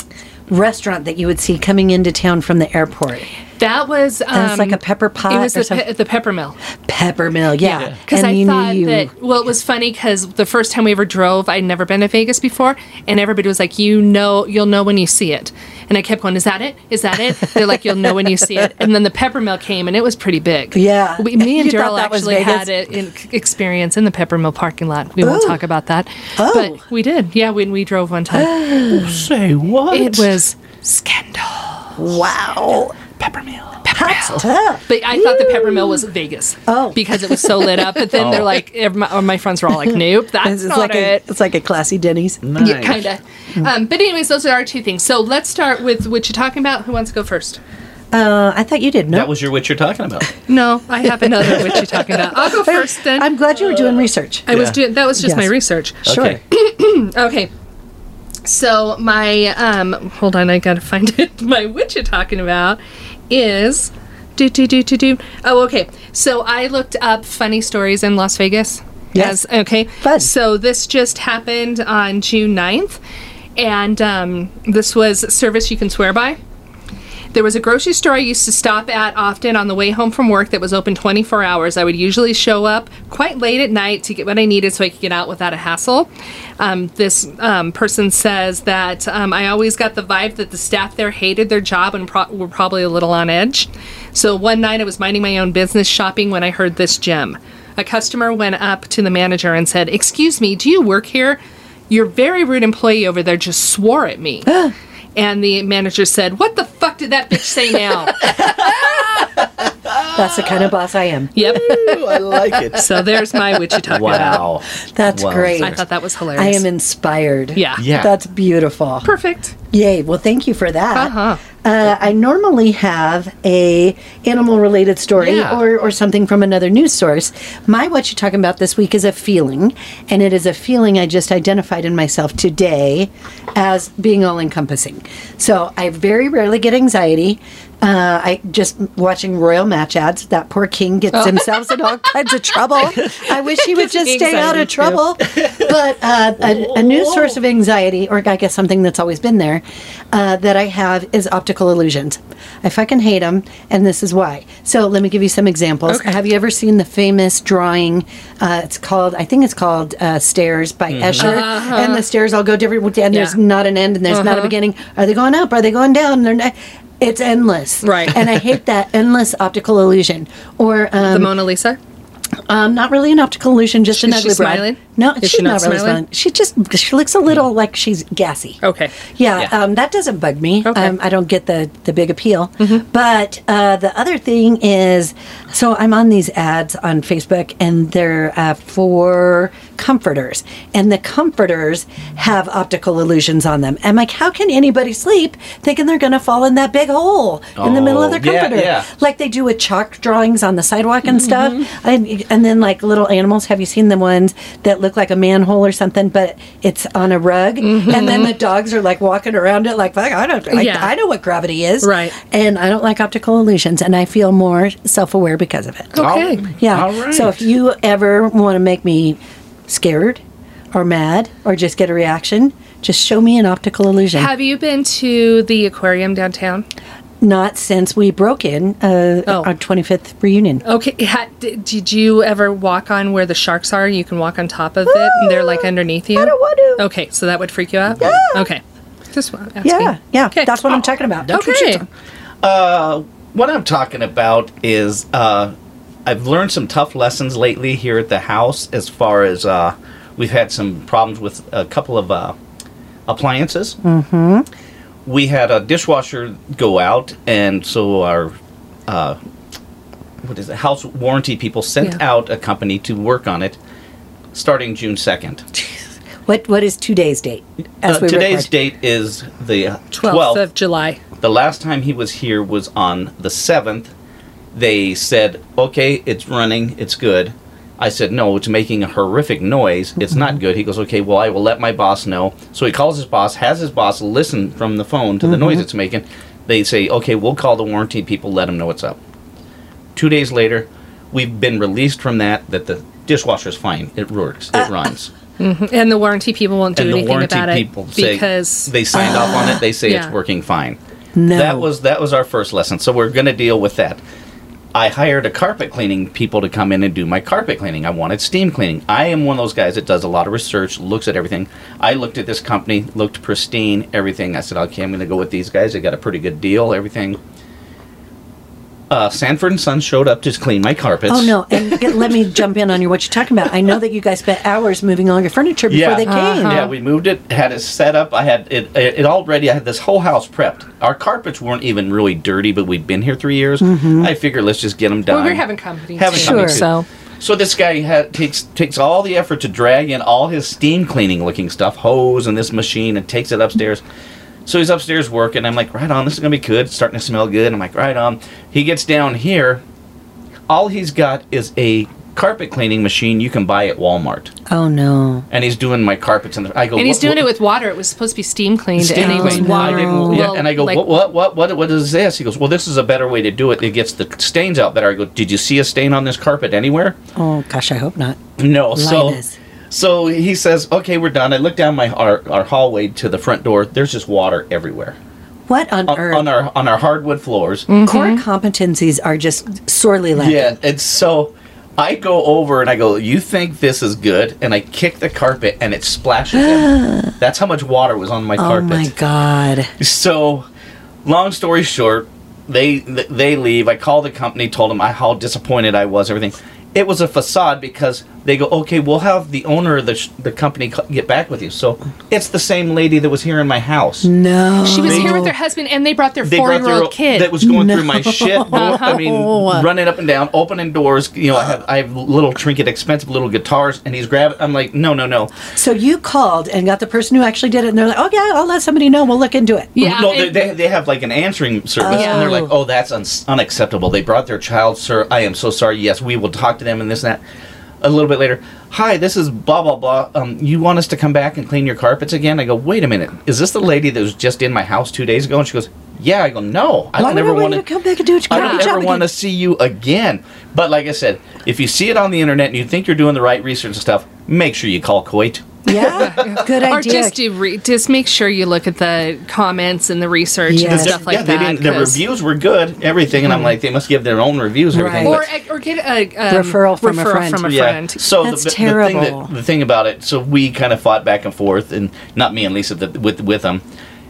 D: restaurant that you would see coming into town from the airport?
C: That was um,
D: That's like a pepper pot
C: It was
D: or
C: the, pe-
D: something.
C: the pepper mill.
D: Peppermill. Yeah,
C: Because
D: And
C: I
D: you knew
C: thought
D: you-
C: that well, it was funny because the first time we ever drove, I'd never been to Vegas before, and everybody was like, "You know, you'll know when you see it." And I kept going, "Is that it? Is that it?" *laughs* They're like, "You'll know when you see it." And then the peppermill came, and it was pretty big.
D: Yeah.
C: we, me and
D: You thought
C: Daryl
D: that was
C: actually
D: Vegas?
C: had an in- experience in the peppermill parking lot. We won't
D: Ooh.
C: talk about that,
D: Oh.
C: but we did. Yeah, when we drove one
D: *gasps*
C: time,
E: Say what?
C: it was scandal.
D: *laughs* wow,
E: peppermill.
D: that's tough.
C: But I thought the peppermill was Vegas.
D: Oh.
C: because it was so lit up. But then they're like, ev- my, my friends were all
D: *laughs*
C: like, "Nope, that's
D: It's
C: not
D: like
C: it."
D: a it's like a classy Denny's.
E: Nice.
C: Yeah, kind of. Um, but anyways, those are our two things. So let's start with what you're talking about. Who wants to go first?
D: Uh, I thought you did. No,
E: That was your witch you're talking about.
C: No, I have another what you're talking about. I'll
D: *laughs*
C: go first then.
D: I'm glad you were doing research.
C: I was
E: Yeah.
C: doing that was just
D: Yes.
C: my research.
D: Sure.
E: Okay.
C: Okay. So my um hold on, I gotta find *laughs* it. My what you're talking about is do do do do do. Oh, okay. So I looked up funny stories in Las Vegas.
D: Yes.
C: As- okay.
D: Fun.
C: So this just happened on June 9th, and um, this was service you can swear by. There was a grocery store I used to stop at often on the way home from work that was open 24 hours. I would usually show up quite late at night to get what I needed so I could get out without a hassle. Um, this um, person says that um, I always got the vibe that the staff there hated their job and pro- were probably a little on edge. So one night I was minding my own business shopping when I heard this gem. A customer went up to the manager and said, Excuse me, do you work here? Your very rude employee over there just swore at me. And the manager said, What the fuck did that bitch say now?
D: *laughs* That's the kind of boss I am.
C: yep.
E: I like it.
C: So there's my what you talking about.
E: Wow.
D: That's
E: Wow.
D: great.
C: I thought that was hilarious.
D: I am inspired.
C: Yeah.
E: Yeah.
D: That's beautiful.
C: Perfect.
D: Yay. Well, thank you for that.
C: Uh-huh.
D: Uh, I normally have a animal related story
E: Yeah.
D: or, or something from another news source. My what you're talking about this week is a feeling, and it is a feeling I just identified in myself today as being all encompassing. So I very rarely get anxiety. Uh, I just watching royal match ads. That poor king
C: Oh.
D: gets
C: *laughs*
D: himself in all kinds of trouble. I wish he would just stay out
C: anxiety,
D: of
C: too.
D: trouble
C: *laughs*
D: people. but uh, a, a new source of anxiety, or I guess something that's always been there, uh, that I have is optical illusions. I fucking hate them, and this is why. So let me give you some examples.
C: Okay.
D: Have you ever seen the famous drawing? Uh, it's called, I think it's called uh, Stairs by
C: Mm-hmm.
D: Escher,
C: Uh-huh.
D: and the stairs all go different, and there's
C: Yeah. Uh-huh.
D: not an end, and there's not a beginning. Are they going up? Are they going down? They're not. It's endless,
C: Right.
D: And I hate that endless optical illusion. Or um,
C: The Mona Lisa.
D: um, not really an optical illusion, just an
C: Is she
D: ugly bride.
C: smiling?
D: No,
C: Is
D: she's
C: she not
D: not, really
C: smiling?
D: smiling. She just she looks a little like she's gassy.
C: Okay.
D: Yeah,
E: Yeah.
D: Um, that doesn't bug me.
C: Okay.
D: Um, I don't get the the big appeal. But uh, the other thing is, so I'm on these ads on Facebook, and they're uh, for comforters, and the comforters have optical illusions on them. I'm like, how can anybody sleep thinking they're going to fall in that big hole in the middle of their
E: Oh, yeah,
D: comforter?
E: yeah. Mm-hmm.
D: like they do with chalk drawings on the sidewalk and stuff. And, and then like little animals. Have you seen the ones that look like a manhole or something, but it's on a rug?
E: Mm-hmm.
D: And then the dogs are like walking around it, like fuck, I don't, I,
C: Yeah.
D: I know what gravity is,
C: Right.
D: And I don't like optical illusions, and I feel more self-aware because of it.
E: Oh.
C: Okay.
D: Yeah.
E: All right.
D: So if you ever want to make me scared or mad or just get a reaction. Just show me an optical illusion.
C: Have you been to the aquarium downtown?
D: Not since we broke in uh,
C: Oh.
D: our 25th reunion.
C: Okay. Ha- d- did you ever walk on where the sharks are? You can walk on top of it and they're like underneath you?
D: I don't want to.
C: Okay. So that would freak you out?
D: Yeah.
C: Okay. Just wa- asking.
D: Yeah, yeah,
C: Okay. Oh,
D: that's what I'm talking about. That's what she's
C: Okay.
D: talking-
E: What I'm talking about is uh, I've learned some tough lessons lately here at the house as far as uh, we've had some problems with a couple of uh, appliances. Mm-hmm. We had a dishwasher go out, and so our uh, what is it, house warranty people sent
C: Yeah.
E: out a company to work on it starting June 2nd.
D: What what is today's date?
E: Uh, today's
D: record?
E: date is the
C: 12th of
E: 12th.
C: July.
E: The last time he was here was on the 7th. They said, okay, it's running, it's good. I said, no, it's making a horrific noise. It's not good. He goes, okay, well, I will let my boss know. So he calls his boss, has his boss listen from the phone to the noise it's making. They say, okay, we'll call the warranty people, let them know it's up. Two days later, we've been released from that, that the dishwasher is fine. It works, it runs
C: And the warranty people won't do
E: and the
C: anything
E: warranty
C: about it
E: people say
C: because
E: they signed off on it. They say
C: yeah.
E: it's working fine.
D: No.
E: That was that was our first lesson. So we're going to deal with that. I hired a carpet cleaning people to come in and do my carpet cleaning. I wanted steam cleaning. I am one of those guys that does a lot of research, looks at everything. I looked at this company, looked pristine, everything. I said, okay, I'm going to go with these guys. They got a pretty good deal, everything. Uh, Sanford and Son showed up to clean my carpets.
D: Oh no! And get- let me jump in on your what you're talking about. I know that you guys spent hours moving all your furniture before
E: Yeah.
D: they came.
C: Uh-huh.
E: Yeah, we moved it, had it set up. I had it, it, it already, I had this whole house prepped. Our carpets weren't even really dirty, but we'd been here three years. I figured let's just get them done.
C: Well, we're having company.
E: Having
C: too,
E: company
D: Mm-hmm. Sure.
E: too.
C: So
E: So this guy had, takes takes all the effort to drag in all his steam cleaning looking stuff, hose and this machine, and takes it upstairs. So he's upstairs working. I'm like, right on, this is gonna be good. It's starting to smell good. I'm like, right on. He gets down here. All he's got is a carpet cleaning machine you can buy at Walmart,
D: Oh no!
E: and he's doing my carpets. And I go,
C: and he's
E: "What-
C: doing
E: what-
C: it with water. It was supposed to be steam cleaned, and he
E: Steam
C: was
E: clean. I
C: water.
E: didn't- yeah,
C: well,
E: and I go,
C: like,
E: what, what, what, what, what is this? He goes, well, this is a better way to do it. It gets the stains out better. I go, did you see a stain on this carpet anywhere?
D: Oh gosh, I hope not.
E: No.
D: Linus.
E: So, so he says, okay, we're done. I look down my our, our hallway to the front door. There's just water everywhere
D: What on,
E: on,
D: earth?
E: on our on our hardwood floors.
C: Mm.
D: Core
C: Mm-hmm.
D: competencies are just sorely lacking.
E: Yeah, and so I go over and I go, "You think this is good?" And I kick the carpet and it splashes.
C: *gasps*
E: in. That's how much water was on my
D: Oh
E: carpet.
D: my
E: *laughs*
D: god!
E: So, long story short, they th- they leave. I called the company, told them I- how disappointed I was. Everything. It was a facade because they go, okay, we'll have the owner of the sh- the company c- get back with you. So it's the same lady that was here in my house.
D: No,
C: She was
E: They-
C: here with her husband, and they brought their
E: They brought their
C: four-year-old kid.
E: that was going
C: *laughs*
E: through my shit. Going, I mean, running up and down, opening doors. You know, I have I have little trinket, expensive little guitars, and he's grabbing. I'm like, no, no, no.
D: So you called and got the person who actually did it, and they're like, "Oh yeah, I'll let somebody know. We'll look into it."
C: yeah,
E: no, they,
C: and-
E: they, they have like an answering service, and they're like, "Oh, that's un- unacceptable." They brought their child, sir. I am so sorry. Yes, we will talk to them and this and that. A little bit later, hi, this is blah blah blah. Um, you want us to come back and clean your carpets again? I go, wait a minute. Is this the lady that was just in my house two days ago? And she goes, yeah. I go, no. I
D: Why
E: don't
D: would I
E: ever
D: want
E: want
D: you to come back and do a
E: I don't
D: crappy
E: ever
D: job
E: want to
D: again?
E: see you again. But like I said, if you see it on the internet and you think you're doing the right research and stuff, make sure you call Kuwait. *laughs*
D: Yeah, good idea.
C: or just do re- just make sure you look at the comments and the research and
D: Yes.
C: stuff like
E: yeah,
C: that.
E: they didn't. The
C: 'cause- Mm-hmm.
E: reviews were good, everything, and I'm like, they must give their own reviews, and everything.
C: or
E: but-
C: or get a um,
D: Referral from a
C: referral
D: friend.
C: From a
E: yeah.
C: friend.
E: So
D: That's
E: the, the thing
D: terrible.
E: that, the thing about it, so we kind of fought back and forth, and not me and Lisa the, with with them.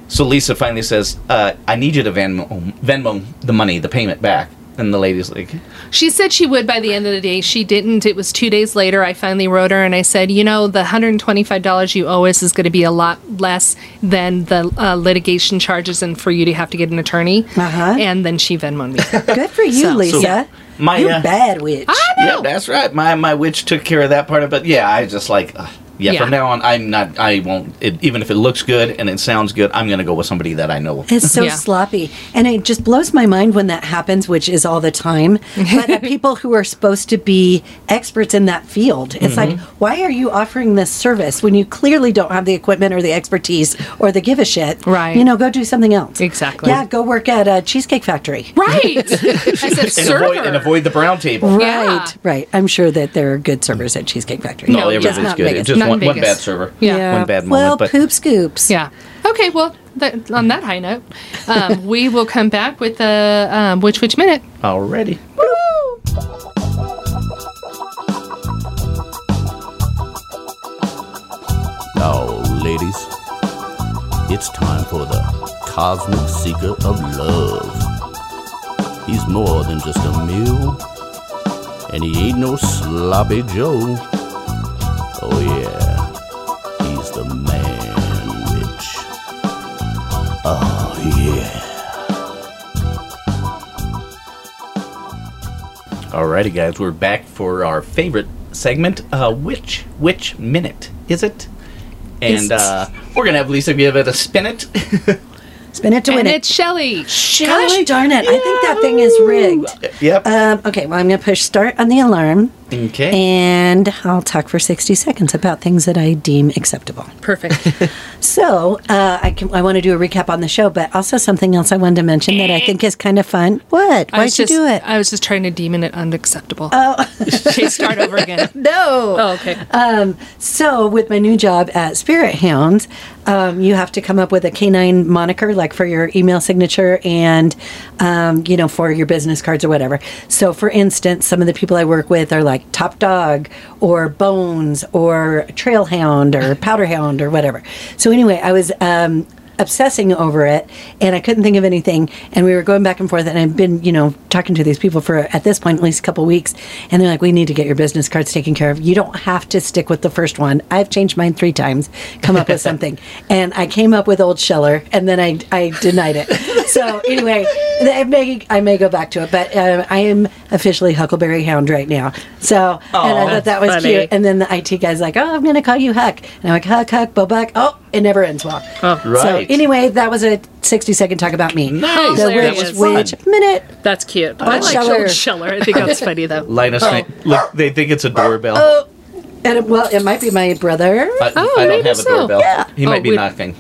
E: So Lisa finally says, uh, "I need you to Venmo, Venmo the money, the payment back." And the lady's like,
C: She said she would by the end of the day. She didn't. It was two days later. I finally wrote her and I said, you know, the $125 you owe us is going to be a lot less than the uh, litigation charges and for you to have to get an attorney.
D: Uh-huh.
C: And then she Venmoed
D: *laughs*
C: me.
D: Good for you,
C: So-
D: Lisa.
E: Yeah. My,
D: you
E: uh,
D: bad witch.
E: "Yeah, that's right. My my witch took care of that part of it." Yeah, I just like. ugh. Yeah,
C: Yeah.
E: from now on, I'm not. I won't. It, even if it looks good and it sounds good, I'm gonna go with somebody that I know.
D: It's so
C: Yeah.
D: sloppy. And it just blows my mind when that happens, which is all the time.
C: *laughs*
D: But the people who are supposed to be experts in that field, it's
C: Mm-hmm.
D: like, why are you offering this service when you clearly don't have the equipment or the expertise or the give a shit?
C: Right.
D: You know, go do something else.
C: Exactly.
D: Yeah, go work at a cheesecake factory.
C: right. I said,
E: and
C: server.
E: avoid, and avoid the brown table.
C: Yeah.
D: Right, right. I'm sure that there are good servers at Cheesecake Factory.
E: No,
C: yeah.
E: everything's
D: Just not
E: good.
D: Vegas.
E: It's just
C: Not in
E: one, one
C: Vegas.
E: bad server.
C: Yeah. Yeah.
E: One bad
D: well,
E: moment. But
D: poop scoops.
C: Yeah. Okay. Well, that, on that high note,
D: *laughs*
C: um, we will come back with the um, Which Which Minute.
E: already.
H: Now, ladies, it's time for the Cosmic Seeker of Love. He's more than just a meal, and he ain't no sloppy Joe. Oh, yeah, he's the man witch. Oh, yeah.
E: Alrighty, guys, we're back for our favorite segment, uh, which which minute is it? And uh, we're going to have Lisa give it a spin
D: *laughs*
E: it.
D: Spin it to win
C: And
D: it.
C: it's Shelly.
D: Gosh darn it. I think that thing is rigged.
E: yep.
D: Um, okay, well, I'm going to push start on the alarm.
E: okay.
D: And I'll talk for 60 seconds about things that I deem acceptable.
C: Perfect.
D: So, uh, I, can, I want to do a recap on the show, but also something else I wanted to mention that I think is kind of fun. What?
C: Eh. I was
D: Why'd you
C: just- uh,
D: do it?
C: I was just trying to demon it unacceptable. Oh. start over again.
D: *laughs* no.
C: Oh, okay.
D: So, with my new job at Spirit Hound, um, you have to come up with a canine moniker, like for your email signature and, um, you know, for your business cards or whatever. So, for instance, some of the people I work with are like Top Dog or Bones or Trail Hound or Powder Hound or whatever. So, anyway, I was um, obsessing over it and I couldn't think of anything and we were going back and forth and I've been you know talking to these people for at this point at least a couple weeks and they're like we need to get your business cards taken care of you don't have to stick with the first one I've changed mine three times come up with something and I came up with old Scheller and then I, I denied it so anyway I may, I may go back to it but uh, I am officially Huckleberry Hound right now so and I thought that was
C: funny.
D: cute and then the IT guy's like oh I'm gonna call you Huck and I'm like Huck Huck Buck. oh it never ends well
E: Right.
D: so anyway, that was a 60 second talk about me.
E: Nice.
D: The
E: That
D: witch,
E: was
D: witch
E: fun.
D: minute.
C: That's cute. I like Scheller.
D: Scheller.
C: Scheller. I think that's funny
D: *laughs*
C: though.
E: Linus, Knight- look, they think it's a doorbell.
D: And it, well, it might be my brother.
E: I,
C: Oh,
E: I don't
C: maybe
E: have a
C: so.
E: doorbell. He
C: Oh,
E: might be
C: we-
E: knocking.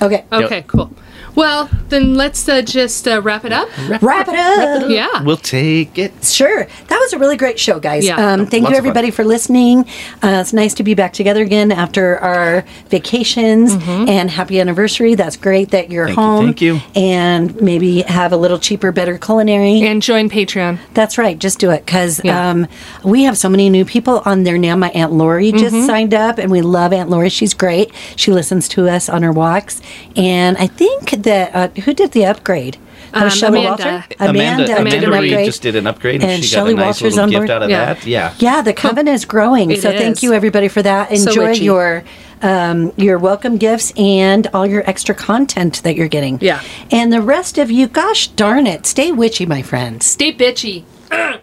D: Okay.
E: Oh,
C: Okay, cool. Well, then let's uh, just uh, wrap it up.
D: Wrap it up.
C: Yeah.
E: We'll take it.
D: Sure. That was a really great show, guys.
C: Yeah.
D: Um, thank
E: Lots
D: you,
E: of fun.
D: everybody, for listening. Uh, it's nice to be back together again after our vacations. And happy anniversary. That's great that you're
E: Mm-hmm. Thank you,
D: home.
E: thank you.
D: And maybe have a little cheaper, better culinary.
C: and join Patreon.
D: That's right. Just do it because
C: Yeah.
D: um, we have so many new people on there now. My Aunt Lori just
C: Mm-hmm.
D: signed up, and we love Aunt Lori. She's great. She listens to us on her walks. And I think that uh, who did the upgrade? That was
C: Um,
D: Shelley
C: Amanda.
D: Walter?
E: Amanda, Amanda,
C: did an
E: Reed
C: upgrade.
E: just did an upgrade, and,
D: And
E: she
D: Shelley
E: got a nice
D: Walters
E: little
D: on
E: gift
D: board?
E: out of
C: Yeah.
E: that. Yeah.
D: Yeah, the coven is growing.
C: It
D: so thank
C: is.
D: you everybody for that.
C: So
D: Enjoy
C: witchy.
D: your um, your welcome gifts and all your extra content that you're getting.
C: Yeah.
D: And the rest of you, gosh darn it, stay witchy, my friends.
C: Stay bitchy.